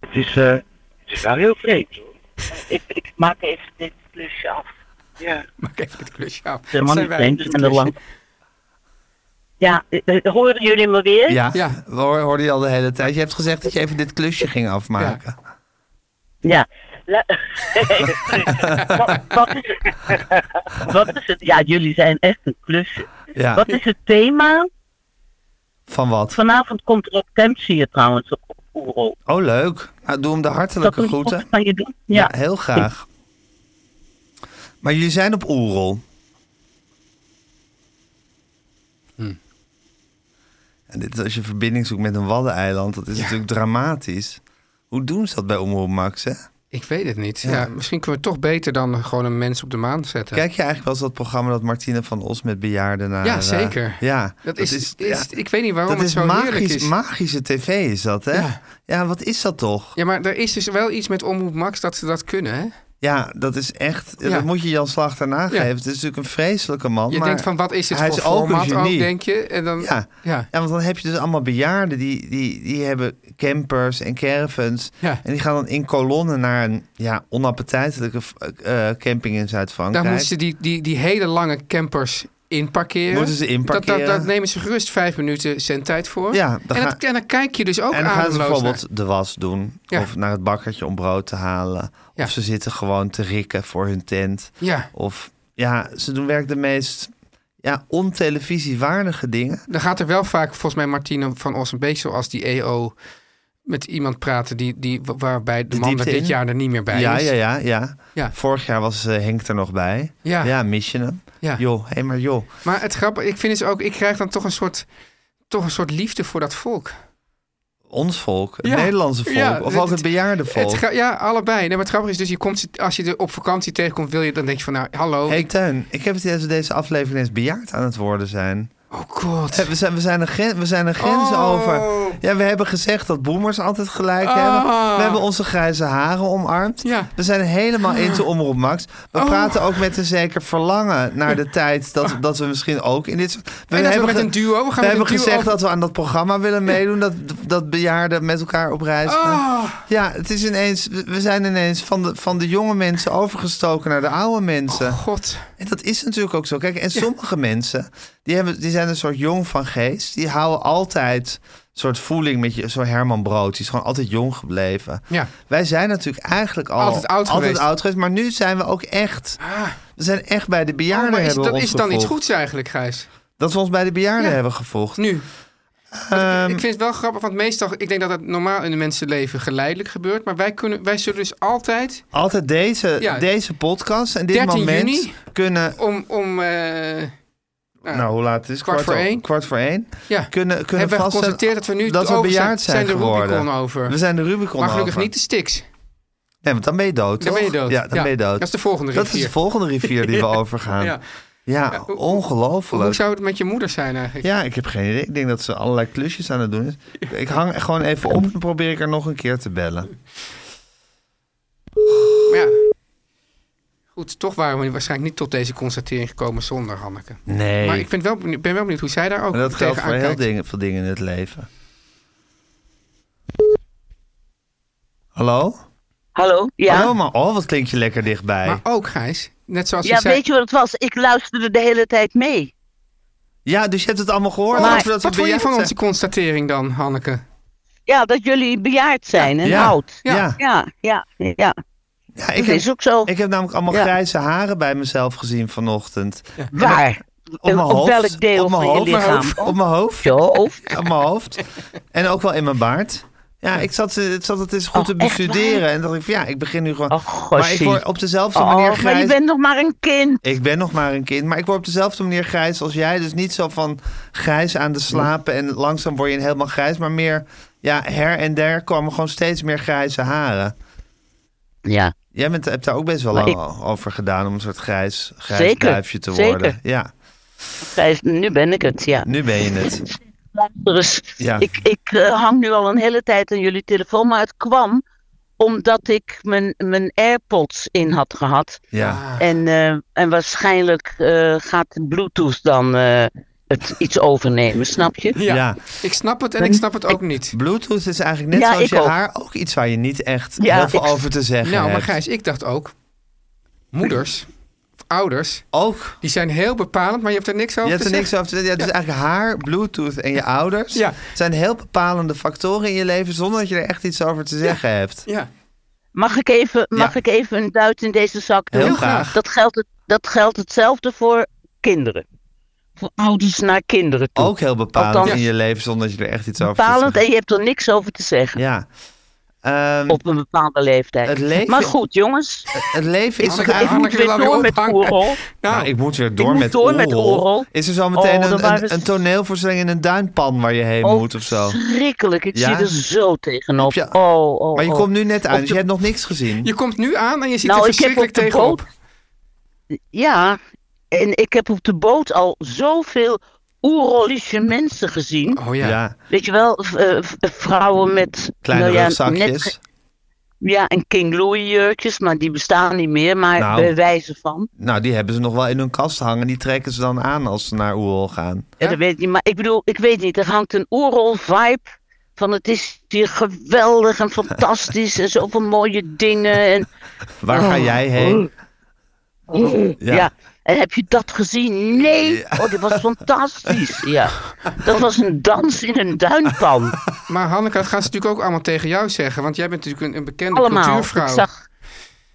Het is, eh, het is wel heel vreemd. hoor.
Ik, ik maak even dit klusje af.
Ja.
Maak even dit klusje af.
De man
Zijn
is
wij
vreemd,
dit
we zijn er
klusje?
lang. Ja, eh, eh, horen jullie me weer?
Ja,
Ja.
we hoor- hoorden je al de hele tijd. Je hebt gezegd dat je even dit klusje ging afmaken.
Ja. La- wat, wat is het? wat is het? Ja, jullie zijn echt een klusje.
Ja.
Wat is het thema?
Van wat?
Vanavond komt er ook Temps hier trouwens op op Oerol.
Oh, leuk. Nou, doe hem de
Dat
hartelijke
moet ik
groeten.
ook van je doen.
Ja,
Ja.
heel graag. Maar jullie zijn op Oerol.
Hm.
En dit is als je verbinding zoekt met een waddeneiland. Dat is natuurlijk dramatisch. Hoe doen ze dat bij Omroep Max, hè?
Ik weet het niet. Ja. misschien kunnen we het toch beter dan gewoon een mens op de maan zetten.
Kijk je eigenlijk wel eens dat programma dat Martine van Os met bejaarden naar...
Ja,
eh,
zeker.
ja,
dat is, is,
ja,
ik weet niet waarom
dat
het
is
zo heerlijk
magisch,
is.
magische tv is dat, hè? Ja. wat is dat toch?
ja, maar er is dus wel iets met Omroep Max dat ze dat kunnen, hè?
Ja, dat is echt...
Ja.
Dat moet je Jan Slachter nageven. Het is natuurlijk een vreselijke man,
Je
maar
denkt van, wat is dit
hij
voor
is ook
format
een genie.
ook, denk je? En dan,
Ja.
ja.
Ja, want dan heb je dus allemaal bejaarden die, die, die hebben campers en caravans.
Ja.
En die gaan dan in kolonnen naar een ja, onappetijtelijke eh, eh, camping in Zuid-Frankrijk.
Daar moeten ze die, die, die hele lange campers in parkeren.
Moeten ze in
Dat, dat,
parkeren.
dat nemen ze gerust vijf minuten zijn tijd voor.
Ja, dan
en,
ga-
dat, en dan kijk je dus ook
en dan gaan ze
ademloos
bijvoorbeeld de was doen.
Ja.
Of naar het bakkertje om brood te halen.
Ja.
Of ze zitten gewoon te rikken voor hun tent.
naar- Ja,
Of ja, ze doen werk de meest ja, ontelevisiewaardige dingen.
dan gaat er wel vaak volgens mij Martine van Os een beetje zoals die EO... met iemand praten die, die, waarbij de,
De
man er
diepte
dit
in?
jaar er niet meer bij
ja,
is.
ja, ja, ja,
Ja.
Vorig jaar was eh, Henk er nog bij.
Ja.
mis je hem?
Ja.
Joh, hé maar joh.
Maar het grappige, ik vind dus ook, ik krijg dan toch een soort, toch een soort liefde voor dat volk.
Ons volk, het
Ja.
Nederlandse volk.
Ja,
of
het-
ook het bejaardenvolk.
Het ga- ja, allebei. Nee, maar het grappige is dus, je komt, als je er op vakantie tegenkomt, wil je, dan denk je van, nou, hallo.
Hey
ik-
Teun, ik heb het idee dat we deze aflevering eens bejaard aan het worden zijn.
oh god.
Hé, We zijn, we zijn, een, gren- we zijn een grens
Oh.
over. Ja, we hebben gezegd dat boomers altijd gelijk hebben. We hebben onze grijze haren omarmd.
Ja. Oh.
We zijn helemaal into Omroep Max. We praten ook met een zeker verlangen naar de tijd dat, dat we misschien ook in dit... soort-
En dat we met
ge-
een duo, we gaan met een
hebben
duo
gezegd
over-
dat we aan dat programma willen meedoen. Dat, dat bejaarden met elkaar op reis gaan.
Ah.
Ja, het is ineens, we zijn ineens van de, van de jonge mensen overgestoken naar de oude
Oh.
mensen.
God.
En dat is natuurlijk ook zo. Kijk, en sommige mensen, die, hebben, die zijn een soort jong van geest. Die houden altijd een soort voeling met je. Zo'n Herman Brood, die is gewoon altijd jong gebleven.
Ja.
Wij zijn natuurlijk eigenlijk al
Altijd oud geweest.
oud geweest, Maar nu zijn we ook echt,
Ah.
we zijn echt bij de bejaarden
Oh, maar is,
hebben we
dat
ons
is dan iets
gevoegd.
goeds eigenlijk, Gijs.
Dat we ons bij de bejaarden
Ja.
hebben gevoegd.
Nu.
Ehm,
ik vind het wel grappig, want meestal, ik denk dat dat normaal in de mensenleven geleidelijk gebeurt. Maar wij, kunnen, wij zullen dus altijd
Altijd deze,
Ja.
deze podcast en dit
13
moment
juni.
kunnen...
om, om eh, Ja.
Nou, hoe laat het is?
Kwart voor
o-
één.
Kwart voor één.
ja,
Kunnen, kunnen
hebben we
vaststellen
geconstateerd dat we nu
dat we
over
bejaard zijn,
de
geworden.
Rubicon over.
We zijn de Rubicon
maar gelukkig
over.
niet de Styx.
Nee, want dan ben je dood,
Dan ben je
toch?
dood.
Ja, dan
Ja,
ben je dood.
dat is de volgende
Dat is
rivier.
de volgende rivier die we overgaan. Ja,
Ja. Ja, hoe- Hoe
ongelooflijk.
zou het met je moeder zijn eigenlijk?
Ja, ik heb geen idee. Ik denk dat ze allerlei klusjes aan het doen is. Ik hang gewoon even op en probeer ik haar nog een keer te bellen.
Maar ja. Goed, toch waren we waarschijnlijk niet tot deze constatering gekomen zonder Hanneke.
Nee.
Maar ik vind wel, benieu- ben wel benieuwd hoe zij daar ook
Maar dat geldt
tegenaan
voor heel
kijkt.
dingen, veel dingen in het leven. Hallo?
Hallo? Ja?
Hallo, maar oh, wat klink je lekker dichtbij.
Maar ook, Gijs, net zoals
ja,
je zei...
weet je wat het was? Ik luisterde de hele tijd mee.
Ja, dus je hebt het allemaal gehoord.
Maar-
Alsof dat we
Wat vond je
bejaard
van
zijn.
onze constatering dan, Hanneke?
Ja, dat jullie bejaard zijn en
Ja.
oud.
Ja.
ja, ja. ja.
Ja, ik
Dat
heb,
is ook zo.
ik heb namelijk allemaal
Ja.
grijze haren bij mezelf gezien vanochtend.
Waar?
Op mijn hoofd.
welk deel
op mijn
van
hoofd,
je lichaam?
Op mijn hoofd.
Je hoofd?
Op mijn hoofd. En ook wel in mijn baard. Ja, ik zat, eh, ik zat het eens goed te
Oh, echt waar?
bestuderen. En dacht ik, van, ja, ik begin nu gewoon. maar ik
gossie.
word op dezelfde manier
Oh, maar je
grijs.
bent nog maar een kind.
Ik ben nog maar een kind, maar ik word op dezelfde manier grijs als jij. Dus niet zo van grijs aan de slapen en langzaam word je helemaal grijs. Maar meer, ja, her en der komen gewoon steeds meer grijze haren.
Ja.
Jij bent, hebt daar ook best wel
Maar
lang
ik-
o- over gedaan om een soort grijs, grijs
Zeker,
duifje te
zeker.
worden. Ja,
Gijs, nu ben ik het, ja.
nu ben je het.
Luister eens,
Ja.
ik, ik eh, hang nu al een hele tijd aan jullie telefoon, maar het kwam omdat ik mijn, mijn AirPods in had gehad.
Ja,
En, eh, en waarschijnlijk eh, gaat de Bluetooth dan eh, het iets overnemen, snap je?
ja.
Ik snap het en ik snap het ook niet.
Bluetooth is eigenlijk net
Ja,
zoals
ik
je
ook.
haar ook iets waar je niet echt
Ja,
heel veel
ik-
over te zeggen
Nou, maar
hebt.
Gijs, ik dacht ook... Moeders, of ouders,
Ook.
die zijn heel bepalend, maar je hebt er niks over
Je hebt
te
er niks
zeggen.
over te zeggen. Ja, dus eigenlijk haar, Bluetooth en je ouders
Ja.
zijn heel bepalende factoren in je leven zonder dat je er echt iets over te zeggen hebt.
Ja.
Mag ik even, mag ik even een duit in deze zak doen?
Heel graag.
Dat geldt, het, dat geldt hetzelfde voor kinderen. Voor ouders naar kinderen toe.
Ook heel bepalend
Althans-
in je leven zonder dat je er echt iets over te
Bepalend
zeggen
en je hebt er niks over te zeggen
Ja. Ehm,
op een bepaalde leeftijd.
Het leven-
Maar goed, jongens.
het leven is toch
Hanneke,
Ik
eigenlijk...
moet
Hanneke
weer
wil alweer
door met
ophangen.
Oerol.
Nou,
Nou, ik moet weer door
Oh. moet
met
door met
Oerol.
Oerol.
Is er zo meteen
Oh,
een,
er
een,
waren-
een toneelvoorstelling in een duinpan waar je heen
Oh,
moet of zo?
Schrikkelijk, ik
Ja?
zie er zo tegenop.
Heb je-
Oh, oh,
Maar je
oh.
komt nu net aan,
Op
dus
de-
je hebt nog niks gezien.
je komt nu aan en je ziet
Nou,
er
ik heb
verschrikkelijk
op de
tegenop.
Ja, en ik heb op de boot al zoveel Oerolische mensen gezien.
Oh ja.
Ja,
Weet je wel, v- eh, v- vrouwen met...
kleine
nou ja, net
rugzakjes.
ge- ja, en King Louis jurkjes, maar die bestaan niet meer. Maar
Nou.
bij wijze van.
Nou, die hebben ze nog wel in hun kast hangen. Die trekken ze dan aan als ze naar Oerol gaan.
Ja, dat weet ik niet. Maar ik bedoel, ik weet niet. Er hangt een oerol-vibe van het is hier geweldig en fantastisch en zoveel mooie dingen. En,
Waar
Oh.
ga jij heen?
ja. En heb je dat gezien? Nee! Oh, dit was fantastisch. Ja. Dat was een dans in een duinpan.
Maar Hanneke, dat gaan ze natuurlijk ook allemaal tegen jou zeggen. Want jij bent natuurlijk een, een bekende
allemaal. Ik
cultuurvrouw.
zag,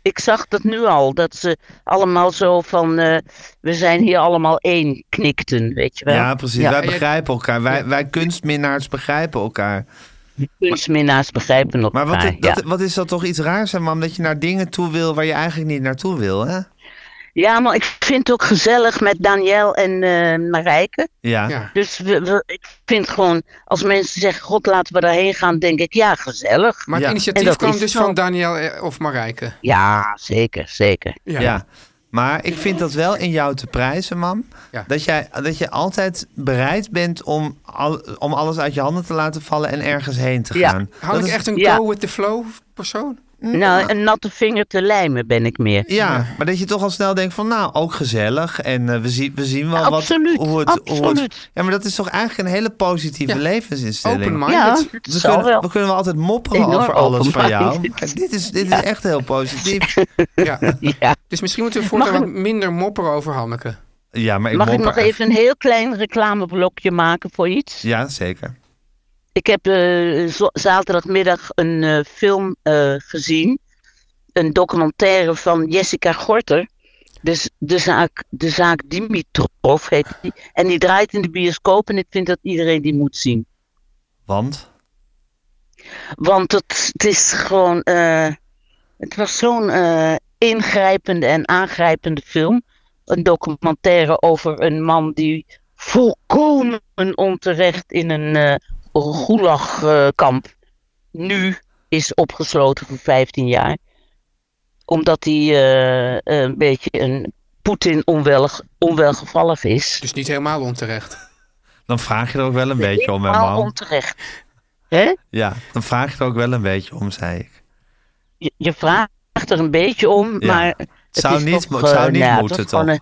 ik zag dat nu al. Dat ze allemaal zo van... eh, we zijn hier allemaal één knikten, weet je wel.
Ja, precies.
Ja,
Wij begrijpen elkaar. Wij, wij kunstminnaars begrijpen elkaar.
kunstminnaars begrijpen elkaar.
Maar wat, is-
ja.
dat, wat is dat toch iets raars, hè, mam? Dat je naar dingen toe wil waar je eigenlijk niet naartoe wil, hè?
ja, maar ik vind het ook gezellig met Daniel en eh Marijke.
Ja.
Ja.
Dus we, we- ik vind gewoon... Als mensen zeggen, god, laten we daarheen gaan. denk ik, ja, gezellig.
Maar het
Ja.
En
initiatief
dat
kwam
is
dus
zo.
van Daniel eh, of Marijke.
Ja, zeker, zeker.
Ja.
Ja. Maar ik vind dat wel in jou te prijzen, mam.
Ja.
Dat, jij, dat je altijd bereid bent om, al, om alles uit je handen te laten vallen en ergens heen te
Ja.
gaan.
Had
Dat
ik
is-
echt een
ja.
go with the flow persoon?
Nou, een natte vinger te lijmen ben ik meer.
Ja, maar dat je toch al snel denkt van nou, ook gezellig. En eh, we, zien, we zien wel
Absoluut,
wat, hoe, het, hoe het...
absoluut.
Ja, maar dat is toch eigenlijk een hele positieve
Ja.
levensinstelling.
Open
Ja,
minded.
het
we,
zal
kunnen,
wel.
we kunnen wel altijd mopperen
Enorm
over alles van jou.
open-minded.
Maar dit is, dit is echt heel positief.
Ja.
Ja.
Dus misschien moeten we voortaan
Mag
wat minder mopperen over Hanneke.
Ja, maar ik
Mag ik
mopper
nog
echt.
even een heel klein reclameblokje maken voor iets?
Ja, zeker.
Ik heb eh, zo- zaterdagmiddag een eh, film eh, gezien. Een documentaire van Jessica Gorter. Dus de zaak, de zaak Dimitrov heet die. En die draait in de bioscoop en ik vind dat iedereen die moet zien.
Want?
Want het, het is gewoon... eh, het was zo'n eh, ingrijpende en aangrijpende film. Een documentaire over een man die volkomen onterecht in een eh gulagkamp nu is opgesloten voor 15 jaar. Omdat hij eh, een beetje een Poetin onwelg, onwelgevallig is.
Dus niet helemaal onterecht.
Dan vraag je er ook wel een beetje om, hè,
Helemaal
mam?
onterecht. Hè?
Ja, dan vraag je er ook wel een beetje om, zei ik.
Je, je vraagt er een beetje om,
Ja.
maar Het
Zou
is
niet,
toch,
mo-
eh,
zou niet
nou ja, het
moeten,
was
toch?
gewoon een-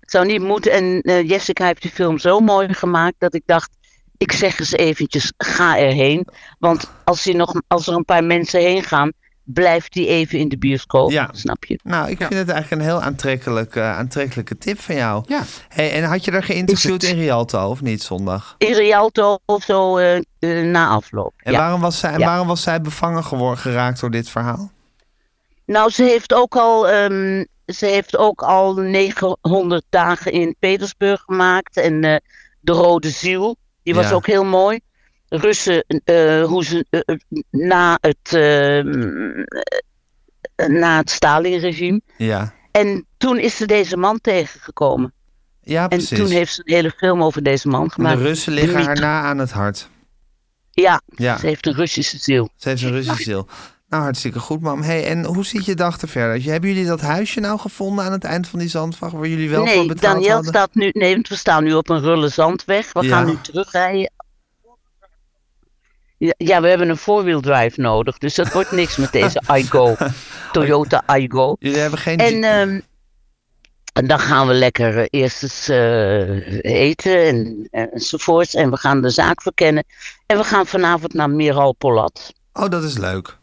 het zou niet moeten. En eh, Jessica heeft die film zo mooi gemaakt dat ik dacht: ik zeg eens eventjes, ga erheen. Want als, je nog, als er een paar mensen heen gaan, blijft die even in de bioscoop.
Ja.
Snap je?
Nou, ik vind het eigenlijk een heel aantrekkelijke, aantrekkelijke tip van jou.
Ja.
Hey, en had je daar geïnterviewd in Rialto of niet zondag?
In Rialto of zo eh, eh, na afloop.
En
ja.
waarom, was zij, en
Ja.
waarom was zij bevangen geworden, geraakt door dit verhaal?
Nou, ze heeft ook al, ehm, ze heeft ook al 900 dagen in Petersburg gemaakt. En eh, De Rode Ziel, die was
Ja.
ook heel mooi. Russen, eh, hoe ze eh, eh, na het, ehm, eh, na het Stalin-regime.
Ja.
En toen is ze deze man tegengekomen.
Ja,
En
precies.
toen heeft ze een hele film over deze man
En de
gemaakt.
Russen liggen haar
Dmitri-
na aan het hart.
Ja,
Ja.
ze heeft een Russische ziel.
Ze heeft een Russische ziel. Nou, hartstikke goed, mam. Hey, en hoe ziet je dag er verder? Hebben jullie dat huisje nou gevonden aan het eind van die zandvacht... waar jullie wel voor
nee,
betaald
Daniel
hadden?
staat nu. Nee, want we staan nu op een rulle zandweg. We
Ja.
gaan nu terugrijden. Ja, ja, we hebben een four-wheel drive nodig. Dus dat wordt niks met deze iGo. Toyota iGo.
Jullie hebben geen.
En, ehm, en dan gaan we lekker eh, eerst eens eh, eten en, eh, enzovoorts. En we gaan de zaak verkennen. En we gaan vanavond naar Miral Polat.
Oh, dat is leuk.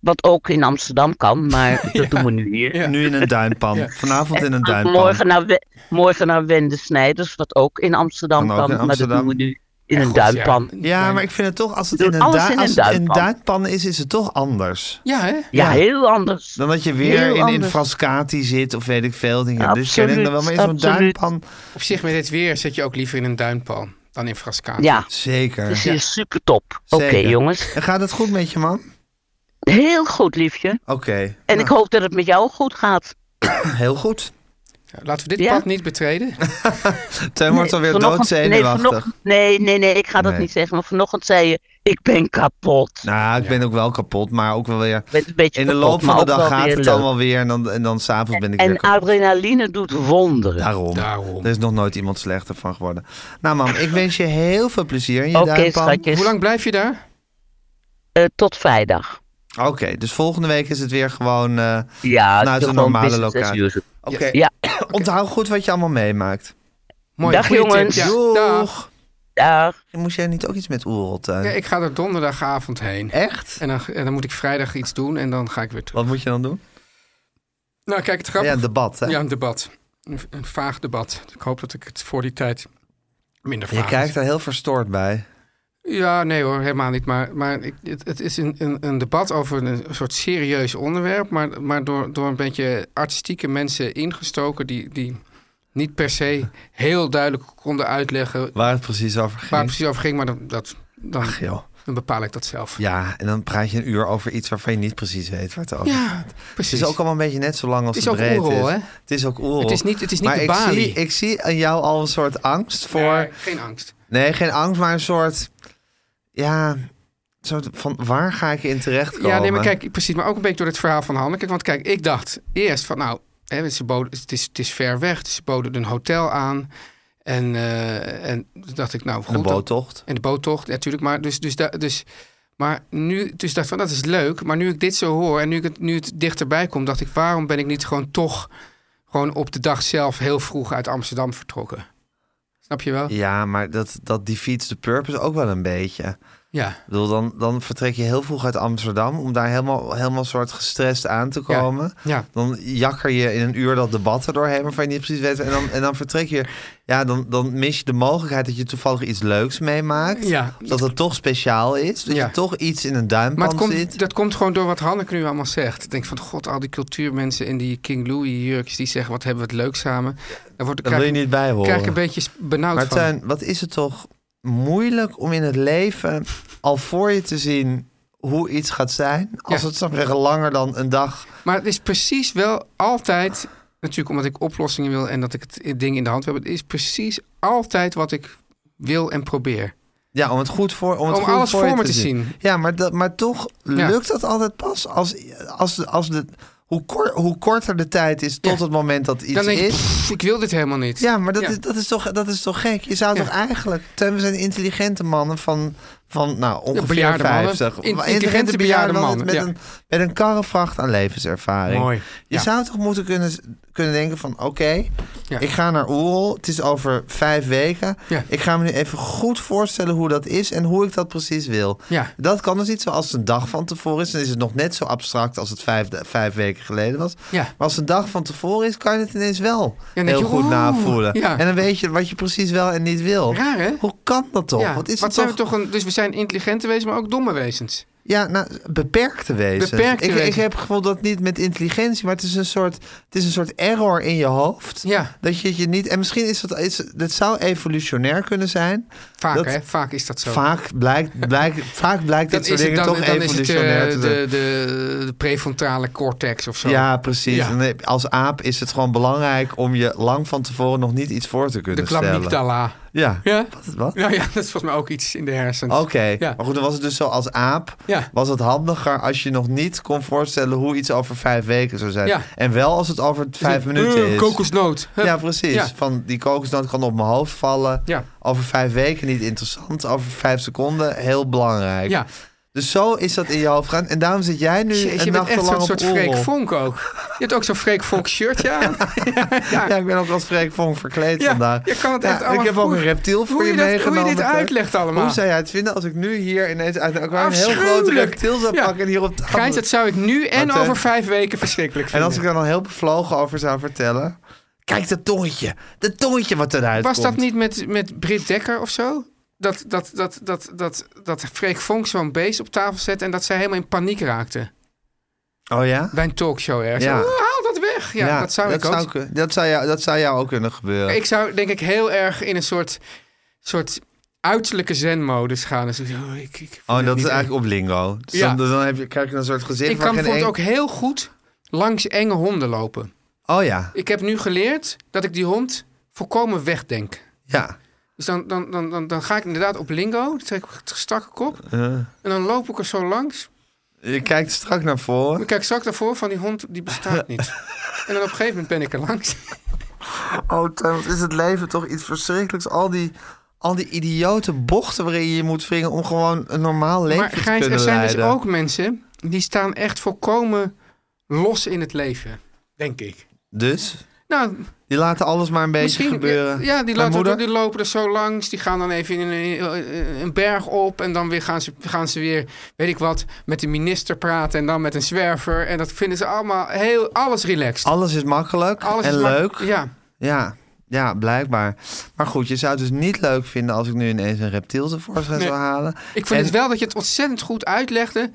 Wat ook in Amsterdam kan, maar dat doen we nu hier.
Nu in een duinpan. Vanavond in een
En
duinpan.
Morgen naar, We- morgen naar Wende Snijders, wat ook in Amsterdam
Kan
kan.
ook in
Maar
Amsterdam.
dat doen we nu in een duimpan.
Ja, maar ik vind het toch, als het
Doe
in een,
alles
dui-
in een
als het in
duinpan.
duinpan is, is het toch anders.
Ja, hè?
Ja, heel anders.
Dan dat je weer
Heel
in, in
anders.
Frascati zit of weet ik veel dingen. dus ken ik
Absoluut,
dan wel, maar in zo'n
absoluut.
duinpan...
Op zich, met dit weer zit je ook liever in een duinpan dan in Frascati.
Ja.
Zeker.
Dus hier super top. Oké,
Zeker.
jongens.
En gaat het goed met je, man?
Heel goed, liefje.
Oké, Nou,
En ik hoop dat het met jou goed gaat.
heel goed.
Laten we dit
Ja.
pad niet betreden.
Teun wordt alweer
Vanochtend- nee,
doodzenuwachtig.
vanochtend- nee, nee, nee, ik ga dat
Nee.
niet zeggen. Maar vanochtend zei je, ik ben kapot.
Nou, ik ben ook wel kapot, maar ook wel weer...
een beetje
in de
kapot,
loop van
maar
de
ook
dag
wel
gaat
weer
het
leuk.
allemaal weer en dan, en dan s'avonds ben ik weer
En
kapot.
adrenaline doet wonderen.
Daarom.
Daarom.
Er is nog nooit iemand slechter van geworden. Nou, mam, ik wens je heel veel plezier in je
Oké,
duinpan.
schatjes.
Hoe lang blijf je daar?
Eh, tot vrijdag.
Oké, dus volgende week is het weer gewoon eh,
Ja,
vanuit een
gewoon
normale
business as
locatie. Eh, Oké,
usual. Ja.
onthoud goed wat je allemaal meemaakt.
Mooi,
Dag,
goeie tip.
jongens.
Ja, dag.
Doeg!
Dag.
Moest jij niet ook iets met oerrol, Teun?
Ja, ik ga er donderdagavond heen.
Echt?
En dan, en dan moet ik vrijdag iets doen en dan ga ik weer terug.
Wat moet je dan doen?
Nou, kijk, het grappige...
Ja, een debat, hè?
Ja, een debat. Een, een vaag debat. Ik hoop dat ik het voor die tijd minder vaag
Je
heb.
kijkt er heel verstoord bij.
Ja, nee hoor, helemaal niet. Maar, maar ik, het, het is een, een, een debat over een soort serieus onderwerp. Maar, maar door, door een beetje artistieke mensen ingestoken. die, die niet per se heel duidelijk konden uitleggen. waar
Waar het precies over ging.
het precies over ging. Maar dan, dat, dan,
Ach, joh.
dan bepaal ik dat zelf.
Ja, en dan praat je een uur over iets waarvan je niet precies weet waar het over
Ja,
gaat.
precies.
Het is ook allemaal een beetje net zo lang als
Het
het,
is ook
breed
oerol,
is.
hè?
Het is ook oerol.
Het is niet- het is niet
maar
de
ik
balie.
zie, ik zie aan jou al een soort angst voor...
Nee, geen angst.
Nee, geen angst, maar een soort... Ja, een soort van waar ga ik in terechtkomen?
Ja, nee, maar kijk, precies. Maar ook een beetje door het verhaal van Hanneke. Want kijk, ik dacht eerst van, nou, hè, ze boden, het, is, het is ver weg. Dus ze boden een hotel aan. En, eh, en toen dacht ik, nou, goed.
De
dan-
boottocht.
En de boottocht, natuurlijk. Maar dus, dus, da- dus, maar nu, dus dacht ik van, dat is leuk. Maar nu ik dit zo hoor en nu, ik het, nu het dichterbij komt, dacht ik, waarom ben ik niet gewoon toch gewoon op de dag zelf heel vroeg uit Amsterdam vertrokken? Snap je wel?
Ja, maar dat, dat defeats the purpose ook wel een beetje.
Ja.
Ik bedoel, dan, dan vertrek je heel vroeg uit Amsterdam om daar helemaal, helemaal soort gestrest aan te komen.
Ja.
Dan jakker je in een uur dat debat er doorheen waarvan je niet precies weet. En dan, en dan vertrek je. Ja, dan, dan mis je de mogelijkheid dat je toevallig iets leuks meemaakt.
Ja.
Of Dat het toch speciaal is. Dat
Ja.
je toch iets in een
Maar het
duimpan
komt-
zit.
dat komt gewoon door wat Hanneke nu allemaal zegt. Ik denk van, god, al die cultuurmensen in die King Louis jurkjes... die zeggen, wat hebben we het leuk samen. Daar word, ik-
Daar wil je
krijg-
niet bij horen.
krijg ik een beetje benauwd
maar
van.
Tuin, wat is het toch moeilijk om in het leven al voor je te zien hoe iets gaat zijn. Als
Ja.
het zou ik zeggen langer dan een dag.
Maar het is precies wel altijd... Natuurlijk omdat ik oplossingen wil en dat ik het ding in de hand heb. Het is precies altijd wat ik wil en probeer.
Ja, om het goed voor, om het
Om
goed
alles
je
voor me te zien.
Ja, maar, dat, maar toch
Ja.
lukt dat altijd pas als, als, als de, hoe, kor- hoe korter de tijd is tot het moment dat iets
Dan denk ik,
is.
"Pff, ik wil dit helemaal niet.
ja, maar dat,
Ja.
Is, dat, is toch, dat is toch gek? Je zou
Ja.
toch eigenlijk... Teun, we zijn intelligente mannen van, van nou, ongeveer
bejaarde mannen.
50.
In-
Maar
intelligente bejaarde
man
mannen,
Met,
ja.
een, met een karrevracht aan levenservaring.
Mooi,
Je
ja.
zou toch moeten kunnen, kunnen denken van... oké,
Ja.
ik ga naar Oerol. Het is over vijf weken.
Ja.
Ik ga me nu even goed voorstellen hoe dat is... en hoe ik dat precies wil.
Ja.
Dat kan dus niet zo als het een dag van tevoren is. Dan is het nog net zo abstract als het vijf, vijf weken geleden was.
Ja.
Maar als het een dag van tevoren is, kan je het ineens wel
dan denk
heel
je,
goed
oeh,
navoelen.
ja.
En dan weet je wat je precies wel en niet wil.
Raar, hè?
Hoe kan dat toch?
Ja,
Wat is
Wat
het
zijn
toch...
we toch een, dus we zijn intelligente wezens, maar ook domme wezens.
Ja, nou, beperkte wezens.
Beperkte
ik, ik
wezens.
heb het gevoel dat niet met intelligentie, maar het is een soort, het is een soort error in je hoofd.
Ja.
Dat je het je niet. En misschien is dat. Is, dat zou evolutionair kunnen zijn.
Vaak,
Dat-
hè? Vaak is dat zo.
Vaak blijkt, blijkt, vaak blijkt
Dan
dat soort
is het,
dingen
dan,
toch
dan is het eh,
evolutionair te zijn.
de, de, de prefrontale cortex of zo.
Ja, precies.
Ja.
En eh, als aap is het gewoon belangrijk om je lang van tevoren nog niet iets voor te
de
kunnen stellen.
chlamyctala.
Ja.
Ja?
Wat? wat?
Nou ja, dat is volgens mij ook iets in de hersens.
Oké,
Ja.
maar goed, dan was het dus zo als aap.
Ja.
Was het handiger als je nog niet kon voorstellen hoe iets over vijf weken zou zijn.
Ja.
En wel als het over vijf minuten
Eh,
is.
Kokosnoot. Hup.
Ja, precies.
Ja.
Van die kokosnoot kan op mijn hoofd vallen.
Ja.
Over vijf weken niet interessant. Over vijf seconden heel belangrijk.
Ja.
Dus zo is dat in je hoofd gaan. En daarom zit jij nu
Jezus, Je,
een
bent echt
nachtenlang
zo'n
op
soort
Oerol.
Freek Vonk ook. Je hebt ook zo'n Freek Vonk shirtje aan. Ja.
Ja, ik ben ook als Freek Vonk verkleed
Ja,
vandaag.
je kan het echt
Ik
allemaal
heb ook
goed-
een reptiel voor
hoe
je,
je dat- hoe je
meegenomen.
dit
Teun.
uitlegt allemaal.
Hoe zou jij het vinden als ik nu hier ineens uit ik wou een heel groot
Afschuwelijk.
reptiel zou
Ja.
pakken en hier op tafel...
Gijs, dat zou ik nu en
Maar, eh,
over vijf weken verschrikkelijk
En
vinden.
als ik daar dan heel bevlogen over zou vertellen... Kijk, dat tongetje. Dat tongetje wat eruit
Was
komt.
dat niet met, met Britt Dekker of zo? Dat, dat, dat, dat, dat, dat Freek Vonk zo'n beest op tafel zette en dat zij helemaal in paniek raakte.
Oh ja?
Bij een talkshow ergens.
Ja.
Oh, haal dat weg. Ja, dat zou ik ook.
kun- dat, zou jou, dat zou jou ook kunnen gebeuren.
Ik zou denk ik heel erg in een soort, soort uiterlijke zen-modus gaan. Dus ik, oh, ik, ik vind
oh,
het
dat is
niet
eigenlijk op lingo. Dus
Ja.
dan, dus dan heb je, krijg je een soort gezicht
Ik
waar
kan
geen
bijvoorbeeld
een-
ook heel goed langs enge honden lopen.
Oh ja,
Ik heb nu geleerd dat ik die hond volkomen wegdenk.
ja.
Dus dan, dan, dan, dan, dan ga ik inderdaad op lingo, dan trek ik een strakke kop. En dan loop ik er zo langs.
Je kijkt strak naar voren.
Ik kijk strak daarvoor van die hond, die bestaat niet. en dan op een gegeven moment ben ik er langs.
Oh, Tim, wat is het leven toch iets verschrikkelijks? Al die, al die idiote bochten waarin je je moet wringen om gewoon een normaal leven
maar
te
Gijs,
kunnen
er zijn
leiden.
dus ook mensen die staan echt volkomen los in het leven. Denk ik.
Dus?
Nou,
Die laten alles maar een beetje
Misschien,
gebeuren.
Ja, ja, die,
Mijn
laten,
moeder?
die lopen er zo langs. Die gaan dan even in een, eh, een berg op. En dan weer gaan, ze, gaan ze weer, weet ik wat, met de minister praten. En dan met een zwerver. En dat vinden ze allemaal heel, alles relaxed.
Alles is makkelijk
alles
en
is maar-
leuk.
Ja,
Ja, ja, blijkbaar. Maar goed, je zou het dus niet leuk vinden als ik nu ineens een reptiel tevoorschijn
Nee.
zou halen.
ik vind
En-
het wel dat je het ontzettend goed uitlegde.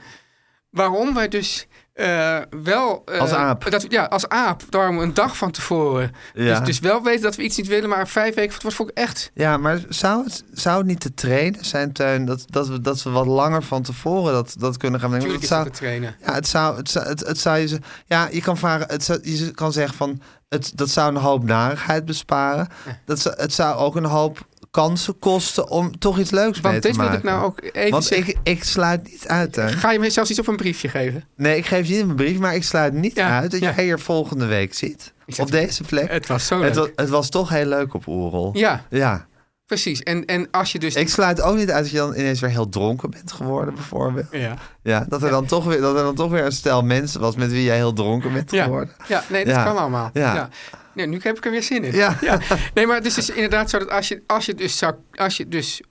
Waarom wij dus eh, wel... eh,
Als aap.
Dat, ja, als aap. Daarom een dag van tevoren.
Ja.
Dus, dus wel weten dat we iets niet willen. Maar vijf weken van tevoren vond ik echt...
Ja, maar zou het, zou het niet te trainen zijn, Teun, dat, dat, we, dat we wat langer van tevoren dat, dat kunnen gaan denken?
Natuurlijk
Want
is
het
dat
zou,
te trainen.
ja, het zou, het zou, het, het zou je, ze- ja, je kan vragen, het zou, je kan zeggen van, het, dat zou een hoop narigheid besparen. Dat zou, het zou ook een hoop kansen kosten om toch iets leuks mee
Want
te
dit
maken.
wil ik nou ook even
Want
zeggen.
ik, ik sluit niet uit, Teun.
Ga je me zelfs iets op een briefje geven?
Nee, ik geef je niet mijn brief, maar ik sluit niet
Ja,
uit dat
ja.
jij hier volgende week zit.
zat-
Op deze plek.
Het was zo
Het
leuk.
was, het was toch heel leuk op Oerol.
Ja,
Ja.
precies. En, en als je dus...
Ik sluit ook niet uit dat je dan ineens weer heel dronken bent geworden, bijvoorbeeld.
Ja.
Ja, dat er dan toch weer, dat er dan toch weer een stel mensen was met wie jij heel dronken bent
Ja.
geworden.
ja, nee, dat
Ja.
kan allemaal.
Ja.
Ja. Nee, nu heb ik er weer zin in.
Ja.
Nee, maar het is dus inderdaad zo dat als je, als je, dus, zou, als je dus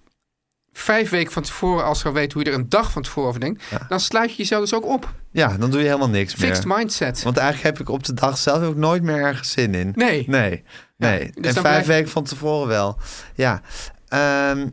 vijf weken van tevoren al zou weten hoe je er een dag van tevoren over denkt, dan sluit je jezelf dus ook op.
Ja, dan doe je helemaal niks
Fixed
meer.
mindset.
Want eigenlijk heb ik op de dag zelf heb ik nooit meer ergens zin in.
Nee.
Nee. nee.
dus
en
dan
vijf
blijft-
weken van tevoren wel. Ja. Ehm,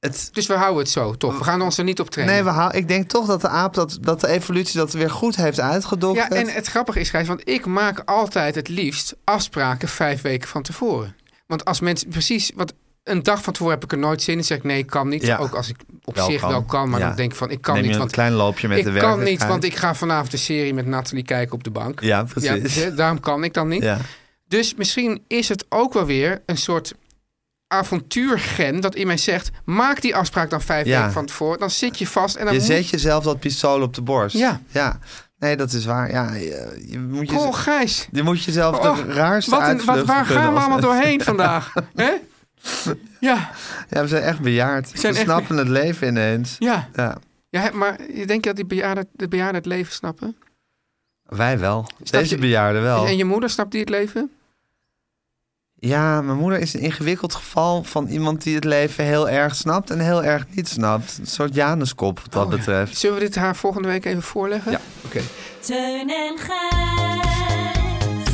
het,
Dus we houden het zo, toch? We gaan ons er niet op trainen.
nee, we haal, ik denk toch dat de aap, dat, dat de evolutie dat weer goed heeft
ja,
uitgedokterd.
en het grappige is, Gijs, want ik maak altijd het liefst afspraken vijf weken van tevoren. Want als mensen precies, want een dag van tevoren heb ik er nooit zin in. Zeg ik nee, ik kan niet.
Ja.
Ook als ik op
Wel
zich
kan.
wel kan, maar
Ja.
dan denk ik van ik kan
Neem je
niet.
een
want
klein loopje met
ik
de
kan niet,
werkelijkheid.
want ik ga vanavond de serie met Nathalie kijken op de bank.
Ja, precies.
Ja, daarom kan ik dan niet.
Ja.
Dus misschien is het ook wel weer een soort avontuurgen dat in mij zegt... maak die afspraak dan vijf
Ja.
weken van tevoren. Dan zit je vast en dan
je
moet
zet jezelf dat pistool op de borst.
Ja.
ja. Nee, dat is waar. Ja, je, je moet, je,
Goh, Gijs.
je moet jezelf
Oh,
de raarste
wat een- wat,
uitvluchten
Waar
kunnen
gaan we allemaal
ontzetten.
doorheen vandaag? hè? Ja.
Ja, we zijn echt bejaard.
zijn
we
echt
snappen het leven ineens.
Ja.
ja.
ja, maar je denkt dat die bejaarden, de bejaarden het leven snappen?
Wij wel. Deze bejaarden wel.
En je moeder snapt die het leven?
Ja, mijn moeder is een ingewikkeld geval van iemand die het leven heel erg snapt en heel erg niet snapt. Een soort Januskop wat dat betreft.
Oh, Zullen we dit haar volgende week even voorleggen? Ja,
oké.
Teun en Gijs.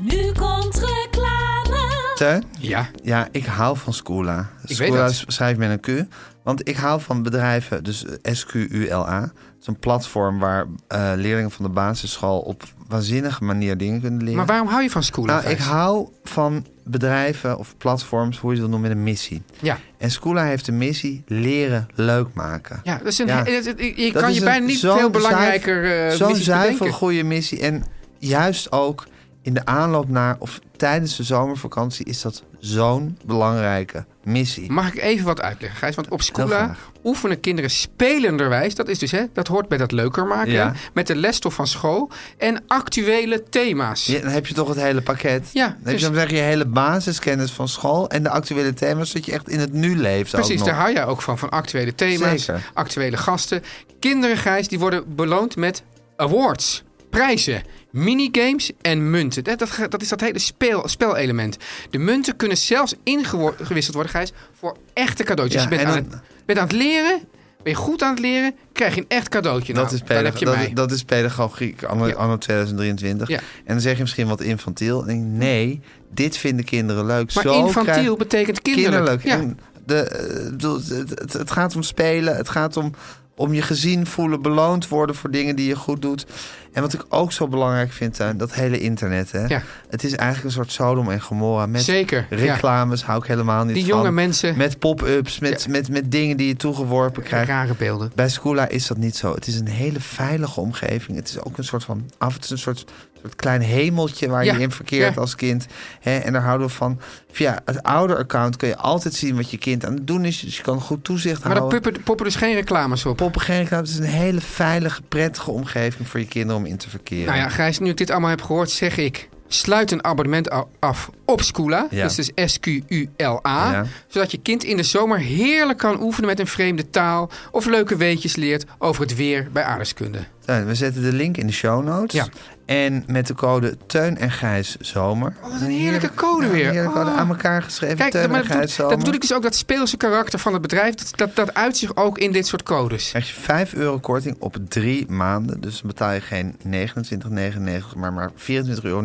Nu komt reclame.
Teun?
Ja.
Ja, ik hou van Skoola.
weet
Skoola
dat.
s- schrijf met een Q. Want ik hou van bedrijven, dus eh, SQULA. Het is een platform waar eh, leerlingen van de basisschool op waanzinnige manier dingen kunnen leren.
Maar waarom hou je van Schoola?
Nou, ik hou van bedrijven of platforms, hoe je het wil noemen, met een missie.
Ja.
En Skoola heeft de missie leren leuk maken.
Ja, dat is een,
Ja.
dat- dat- je
Dat
kan
is
je
een-
bijna niet
zo'n
veel belangrijker
zuiver-
eh
Zo'n
missies
zuiver
bedenken.
goede missie. En juist ook in de aanloop naar of tijdens de zomervakantie is dat zo'n belangrijke missie.
Mag ik even wat uitleggen, Gijs? Want op
Heel
Scoola
graag.
oefenen kinderen spelenderwijs. Dat is dus, hè, dat hoort bij dat leuker maken.
Ja.
hè, Met de lesstof van school. En actuele thema's.
Ja, dan heb je toch het hele pakket.
Ja,
dan heb
dus-
je, dan zeg je je hele basiskennis van school en de actuele thema's, zodat je echt in het nu leeft. ook
Precies,
nog.
daar hou jij ook van. Van actuele thema's,
Zeker.
actuele gasten. Kinderen, Gijs, die worden beloond met awards, prijzen, minigames en munten. Dat, dat, ge- dat is dat hele speel, spelelement. De munten kunnen zelfs ingewisseld worden, Gijs, voor echte cadeautjes.
Ja,
je bent,
en
aan
dan-
het, bent aan het leren, ben je goed aan het leren, krijg je een echt cadeautje.
Dat,
Nou,
is
dan
pedag-
heb je
dat,
mij.
dat is pedagogiek anno, anno 2023.
Ja.
En dan zeg je misschien wat infantiel. En ik denk, nee, dit vinden kinderen leuk.
Maar
Zo
infantiel
krijg-
betekent kinderlijk. Ja.
En de, eh, bedoel, het, het, het gaat om spelen. Het gaat om, om je gezien voelen, beloond worden voor dingen die je goed doet. En wat ik ook zo belangrijk vind, Tuin, dat hele internet. Hè?
Ja.
Het is eigenlijk een soort Sodom en Gomorra. Met
Zeker, ja.
reclames hou ik helemaal niet
Die
van.
jonge mensen,
Met pop-ups, met,
Ja. Eh,
met, met dingen die je toegeworpen krijgt.
rare beelden.
Bij Skoola is dat niet zo. Het is een hele veilige omgeving. Het is ook een soort van af, het is een soort, soort klein hemeltje waar
Ja,
je in verkeert
ja.
als kind. Hè, en daar houden we van. Via het oude account kun je altijd zien wat je kind aan het doen is. Dus je kan goed toezicht
Maar daar
houden.
poppen, poppen dus geen reclames op.
Poppen geen reclame. Het is een hele veilige, prettige omgeving voor je kinderen om in te verkeren.
Nou ja, Gijs, nu ik dit allemaal heb gehoord, zeg ik... sluit een abonnement a- af op Skoola.
Ja.
Dus het is S-Q-U-L-A.
Ja.
Zodat je kind in de zomer heerlijk kan oefenen met een vreemde taal... of leuke weetjes leert over het weer bij aardrijkskunde.
Teun, Nou, we zetten de link in de show notes.
Ja.
En met de code Teun en Gijs Zomer.
Oh, Wat een heerlijke code
Ja,
weer.
een heerlijke code
Ah.
aan elkaar geschreven.
Kijk,
Teun
dat, maar
en
dat
Gijs
doet,
Zomer.
dat doe ik dus ook, dat speelse karakter van het bedrijf... dat, dat, dat uit zich ook in dit soort codes.
krijg je 5 euro korting op drie maanden. Dus dan betaal je geen 29,99, maar maar 24,99 euro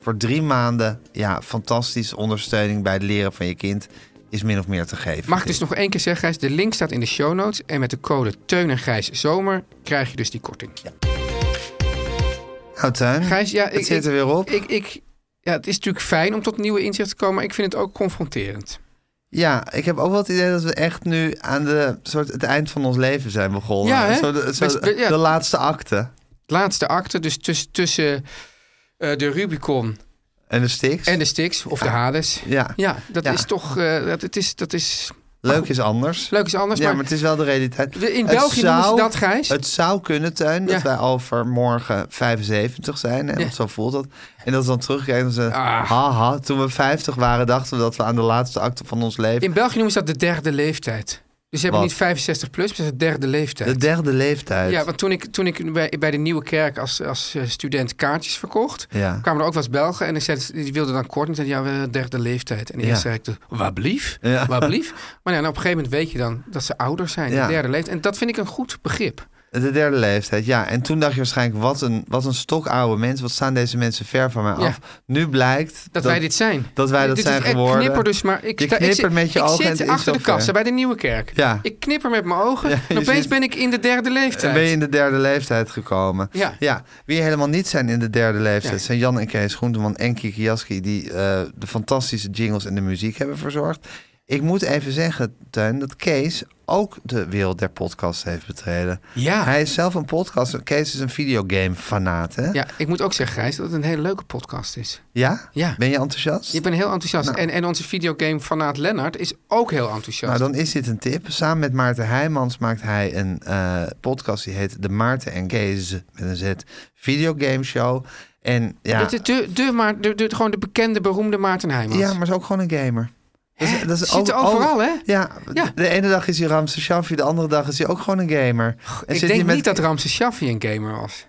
voor drie maanden. Ja, fantastisch ondersteuning bij het leren van je kind is min of meer te geven.
Mag ik dus nog één keer zeggen, Gijs? De link staat in de show notes. En met de code Teun en Gijs Zomer krijg je dus die korting.
Nou, Tuin,
Gijs, ja,
het
ik,
zit er weer op.
ik, ik, ja, het is natuurlijk fijn om tot nieuwe inzichten te komen... maar ik vind het ook confronterend.
Ja, ik heb ook wel het idee dat we echt nu aan de, soort, het eind van ons leven zijn begonnen.
Ja, hè?
Zo de, zo
Best-
de-
ja.
de laatste akte.
Het laatste acte, dus tuss- tussen eh, de Rubicon
En de stiks.
en de Styx, of de Hades.
Ja.
Ja, dat
Ja.
is toch... eh, dat, het is, dat is...
Leuk is anders.
Leuk is anders,
Ja, maar
maar...
het is wel de realiteit.
We- in
Het
België noemen ze dat, Gijs?
Het zou kunnen, Tuin, dat
Ja.
wij over morgen 75 zijn. En
Ja.
zo voelt dat. En dat we dan terugkijken en ze...
Ah.
Haha, toen we 50 waren dachten we dat we aan de laatste acte van ons leven...
In België noemen ze dat de derde leeftijd. Dus ze hebben
Wat?
niet 65 plus, maar ze hebben de derde leeftijd.
De derde leeftijd.
ja, want toen ik, toen ik bij, bij de Nieuwe Kerk als, als eh, student kaartjes verkocht...
Ja.
kwamen er ook wel eens Belgen en ik zei, die wilden dan kort. En zeiden, ja, we hebben derde leeftijd. En
Ja.
eerst zei ik, waar blief?
Ja.
Waar blief? Maar ja, nou, op een gegeven moment weet je dan dat ze ouder zijn,
Ja.
de derde leeftijd. En dat vind ik een goed begrip.
De derde leeftijd, ja. En toen dacht je waarschijnlijk, wat een, wat een stokoude mens. Wat staan deze mensen ver van mij
Ja.
af. Nu blijkt...
Dat, wij dit zijn.
Dat wij dat
dit
zijn
is echt
geworden.
knipper dus maar. Ik,
Je
sta- ik
knippert
zit-
met je ogen en
Ik
het
zit
is
achter de
zover.
kassa bij de Nieuwe Kerk.
Ja.
Ik knipper met mijn ogen.
Ja,
en
je
opeens
zit-
ben ik in de derde
En
leeftijd.
ben je in de derde leeftijd gekomen.
Ja.
Ah, Wie helemaal niet zijn in de derde leeftijd
Ja.
zijn Jan en Kees Groenteman en Kiki Jaski... die eh, de fantastische jingles en de muziek hebben verzorgd. Ik moet even zeggen, Teun, dat Kees ook de wereld der podcast heeft betreden.
Ja.
Hij is zelf een podcast. Kees is een videogame-fanaat, hè?
Ja, ik moet ook zeggen, Gijs, dat het een hele leuke podcast is.
Ja?
Ja.
Ben je Nou. enthousiast?
Je bent heel enthousiast. En, en onze videogame-fanaat Lennart is ook heel enthousiast.
Nou, dan is dit een tip. Samen met Maarten Heijmans maakt hij een eh, podcast die heet De Maarten en Kees met een Z Videogame Show. En ja,
Dat is de, de, maar, de, de- gewoon de bekende, beroemde Maarten Heijmans.
ja, maar is ook gewoon een gamer. Dat is, dat is
Zit er
over-
overal, hè?
Ja,
Ja.
de- de ene dag is hij Ramse Shaffi, de andere dag is hij ook gewoon een gamer. En
ik
zit
denk
hij met-
niet dat Ramses Shaffi een gamer was.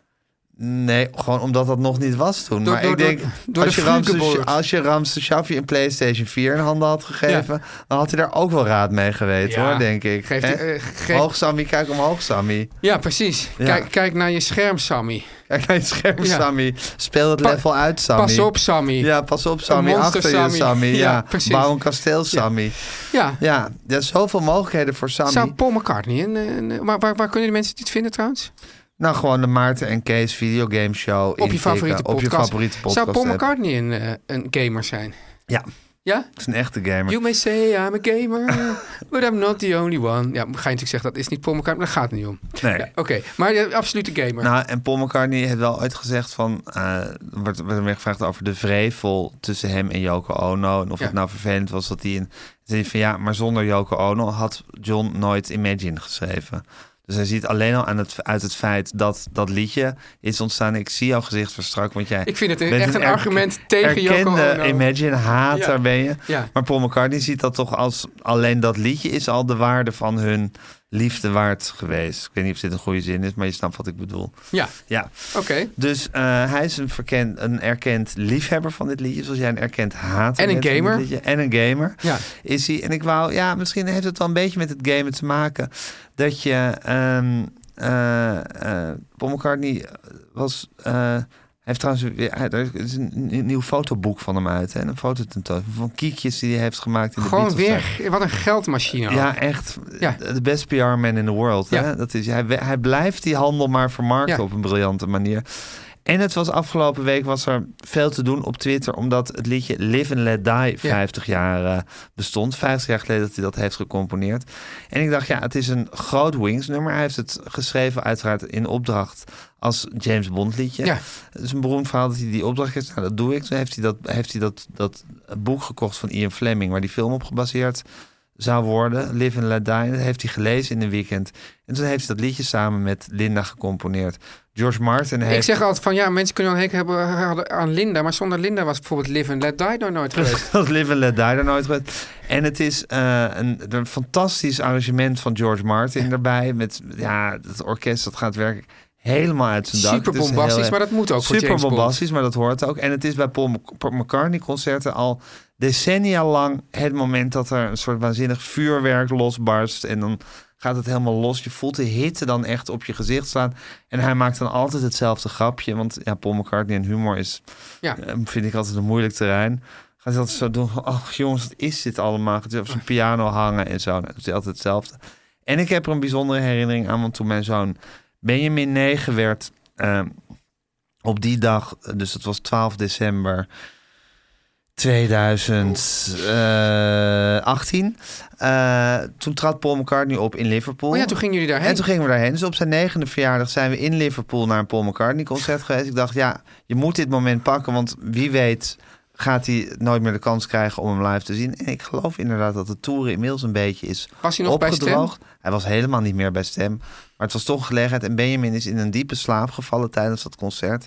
Nee, gewoon omdat dat nog niet was toen.
Door-
maar
door-
ik denk,
door- door
als,
de
je Ramse,
Flukenborg.
als je Ramse Shaffi een PlayStation 4 in handen had gegeven... dan had hij daar ook wel raad mee geweten,
Ja.
hoor, denk ik.
Geeft
Hè?
die, eh, geeft-
Hoog Sammy, kijk omhoog Sammy.
Ja, precies.
Ja.
Kijk, kijk naar je scherm, Sammy.
Kijk naar je scherm,
Ja.
Sammy. Speel het
Pa-
level uit, Sammy.
Pas op, Sammy.
Ja, pas op, Sammy.
Een monster,
Achter je,
Sammy.
Sammy. Ja,
Ja, precies.
Bouw een kasteel, Sammy. Ja,
Ja.
er zijn zoveel mogelijkheden voor Sammy.
Zou Paul McCartney... Een, een, een- waar, waar, waar kunnen de mensen dit vinden trouwens?
Nou, gewoon de Maarten en Kees videogame show.
Op je favoriete
Op je
podcast.
favoriete podcast.
Zou Paul
app.
McCartney een, eh, een gamer zijn?
Ja,
Ja?
het is een echte gamer.
You may say I'm a gamer, but I'm not the only one. Ja, ga je natuurlijk zeggen, dat is niet Paul McCartney, maar daar gaat het niet om.
Nee.
Ja, Oké, maar je absoluut een gamer.
Nou, en Paul McCartney heeft wel ooit gezegd van... eh, er wordt, werd hem weer gevraagd over de vrevel tussen hem en Yoko Ono. En of
Ja.
het nou vervelend was dat hij... Een, zei hij van ja, maar zonder Yoko Ono had John nooit Imagine geschreven. Dus hij ziet alleen al aan het, uit het feit dat dat liedje is ontstaan. Ik zie jouw gezicht verstrak, want jij...
Ik vind het een-
bent
echt een
erk-
argument tegen Yoko
erkende
Ono.
Imagine-hater
Ja.
ben je.
Ja.
Maar Paul McCartney ziet dat toch als... Alleen dat liedje is al de waarde van hun liefde waard geweest. Ik weet niet of dit een goede zin is, maar je snapt wat ik bedoel.
Ja,
Ja,
oké.
dus eh, hij is een, verkend, een erkend liefhebber van dit liedje, zoals jij een erkend hater
En een
bent van dit
gamer.
liedje. En een gamer
Ja.
is hij. En ik wou, ja, misschien heeft het wel een beetje met het gamen te maken dat je ehm eh, eh, Paul McCartney was. eh, hij heeft trouwens weer, hij- er is een, een nieuw fotoboek van hem uit. Hè? Een fototentoonstelling van kiekjes die hij heeft gemaakt in de
Gewoon
Beatles-tijd.
weer, wat een geldmachine. ook.
Ja, echt.
Ja.
De best PR man in the world. Hè?
Ja.
Dat is, hij, hij blijft die handel maar vermarkten
Ja.
op een briljante manier. En het was afgelopen week was er veel te doen op Twitter... omdat het liedje Live and Let Die 50 jaar eh, bestond. 50 jaar geleden dat hij dat heeft gecomponeerd. En ik dacht, ja, het is een groot Wings-nummer. Hij heeft het geschreven uiteraard in opdracht als James Bond liedje.
Ja.
Het is een beroemd verhaal dat hij die opdracht heeft. Nou, dat doe ik. Toen heeft hij dat, heeft hij dat, dat boek gekocht van Ian Fleming... waar die film op gebaseerd zou worden. Live and Let Die. En Dat heeft hij gelezen in een weekend. En toen heeft hij dat liedje samen met Linda gecomponeerd. George Martin heeft...
Ik zeg altijd van ja, mensen kunnen wel een hekel hebben eh, hadden aan Linda, maar zonder Linda was bijvoorbeeld Live and Let Die nog nooit geweest.
dat Live and Let Die er nooit geweest. En het is eh, een, een fantastisch arrangement van George Martin erbij. Met ja, het orkest dat gaat werken helemaal uit zijn dak.
Super
Het is een
bombastisch,
heel-
maar dat moet ook voor
Super
James Bond.
bombastisch, maar dat hoort ook. En het is bij Paul Mc- Paul McCartney concerten al decennia lang het moment dat er een soort waanzinnig vuurwerk losbarst. En dan gaat het helemaal los. Je voelt de hitte dan echt op je gezicht slaan. En hij maakt dan altijd hetzelfde grapje. Want ja, Paul McCartney en humor is
Ja.
eh, vind ik altijd een moeilijk terrein. Gaat hij altijd zo doen van, ach jongens, wat is dit allemaal? Gaat hij op zijn piano hangen en zo. Nou, dat is altijd hetzelfde. En ik heb er een bijzondere herinnering aan, want toen mijn zoon Benjamin 9 werd... eh, op die dag, dus dat was 12 december 2018. eh, toen trad Paul McCartney op in Liverpool.
Oh ja, toen gingen jullie daarheen.
En toen gingen we daarheen. Dus op zijn negende verjaardag zijn we in Liverpool naar een Paul McCartney concert geweest. Ik dacht, ja, je moet dit moment pakken, want wie weet gaat hij nooit meer de kans krijgen om hem live te zien. En ik geloof inderdaad dat de toeren inmiddels een beetje is
Was hij nog bij
opgedroogd. Hij was helemaal niet meer bij stem. Maar het was toch een gelegenheid. En Benjamin is in een diepe slaap gevallen tijdens dat concert.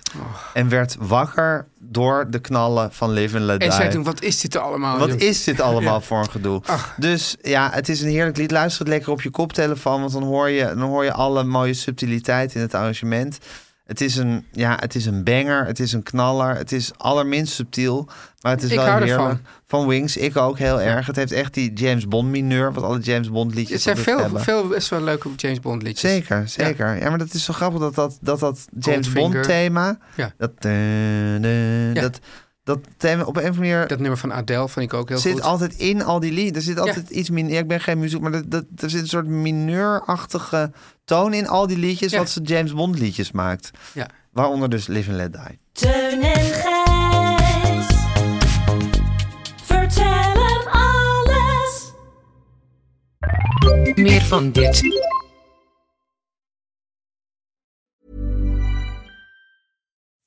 En werd wakker door de knallen van Live and Let Die.
en zei toen, wat is dit allemaal?
Wat
Oh, joh?
is dit allemaal voor een gedoe? Dus ja, het is een heerlijk lied. Luister het lekker op je koptelefoon, want dan hoor je, dan hoor je alle mooie subtiliteit in het arrangement. Het is, een, ja, het is een banger, het is een knaller, het is allerminst subtiel, maar het is
Ik
wel
hou
heerlijk.
ervan.
Van Wings, ik ook heel erg. Het heeft echt die James Bond mineur, wat alle James Bond liedjes
Het zijn
altijd
veel,
hebben.
veel best wel leuke James Bond liedjes.
Zeker, zeker. Ja. maar dat is zo grappig dat dat, dat, dat James
Goldfinger.
Bond thema,
Ja.
dat, eh, dat, dat thema op een of andere manier
Dat nummer van Adele vond ik ook heel
zit
goed.
altijd in al die lieden. Er zit altijd iets min. Ik ben geen muziek, maar dat, dat, er zit een soort mineurachtige toon in al die liedjes.
Ja.
Wat ze James Bond liedjes maakt.
Ja.
Waaronder dus Live and Let Die.
Teun en Gijs. Vertel hem alles.
Meer van dit.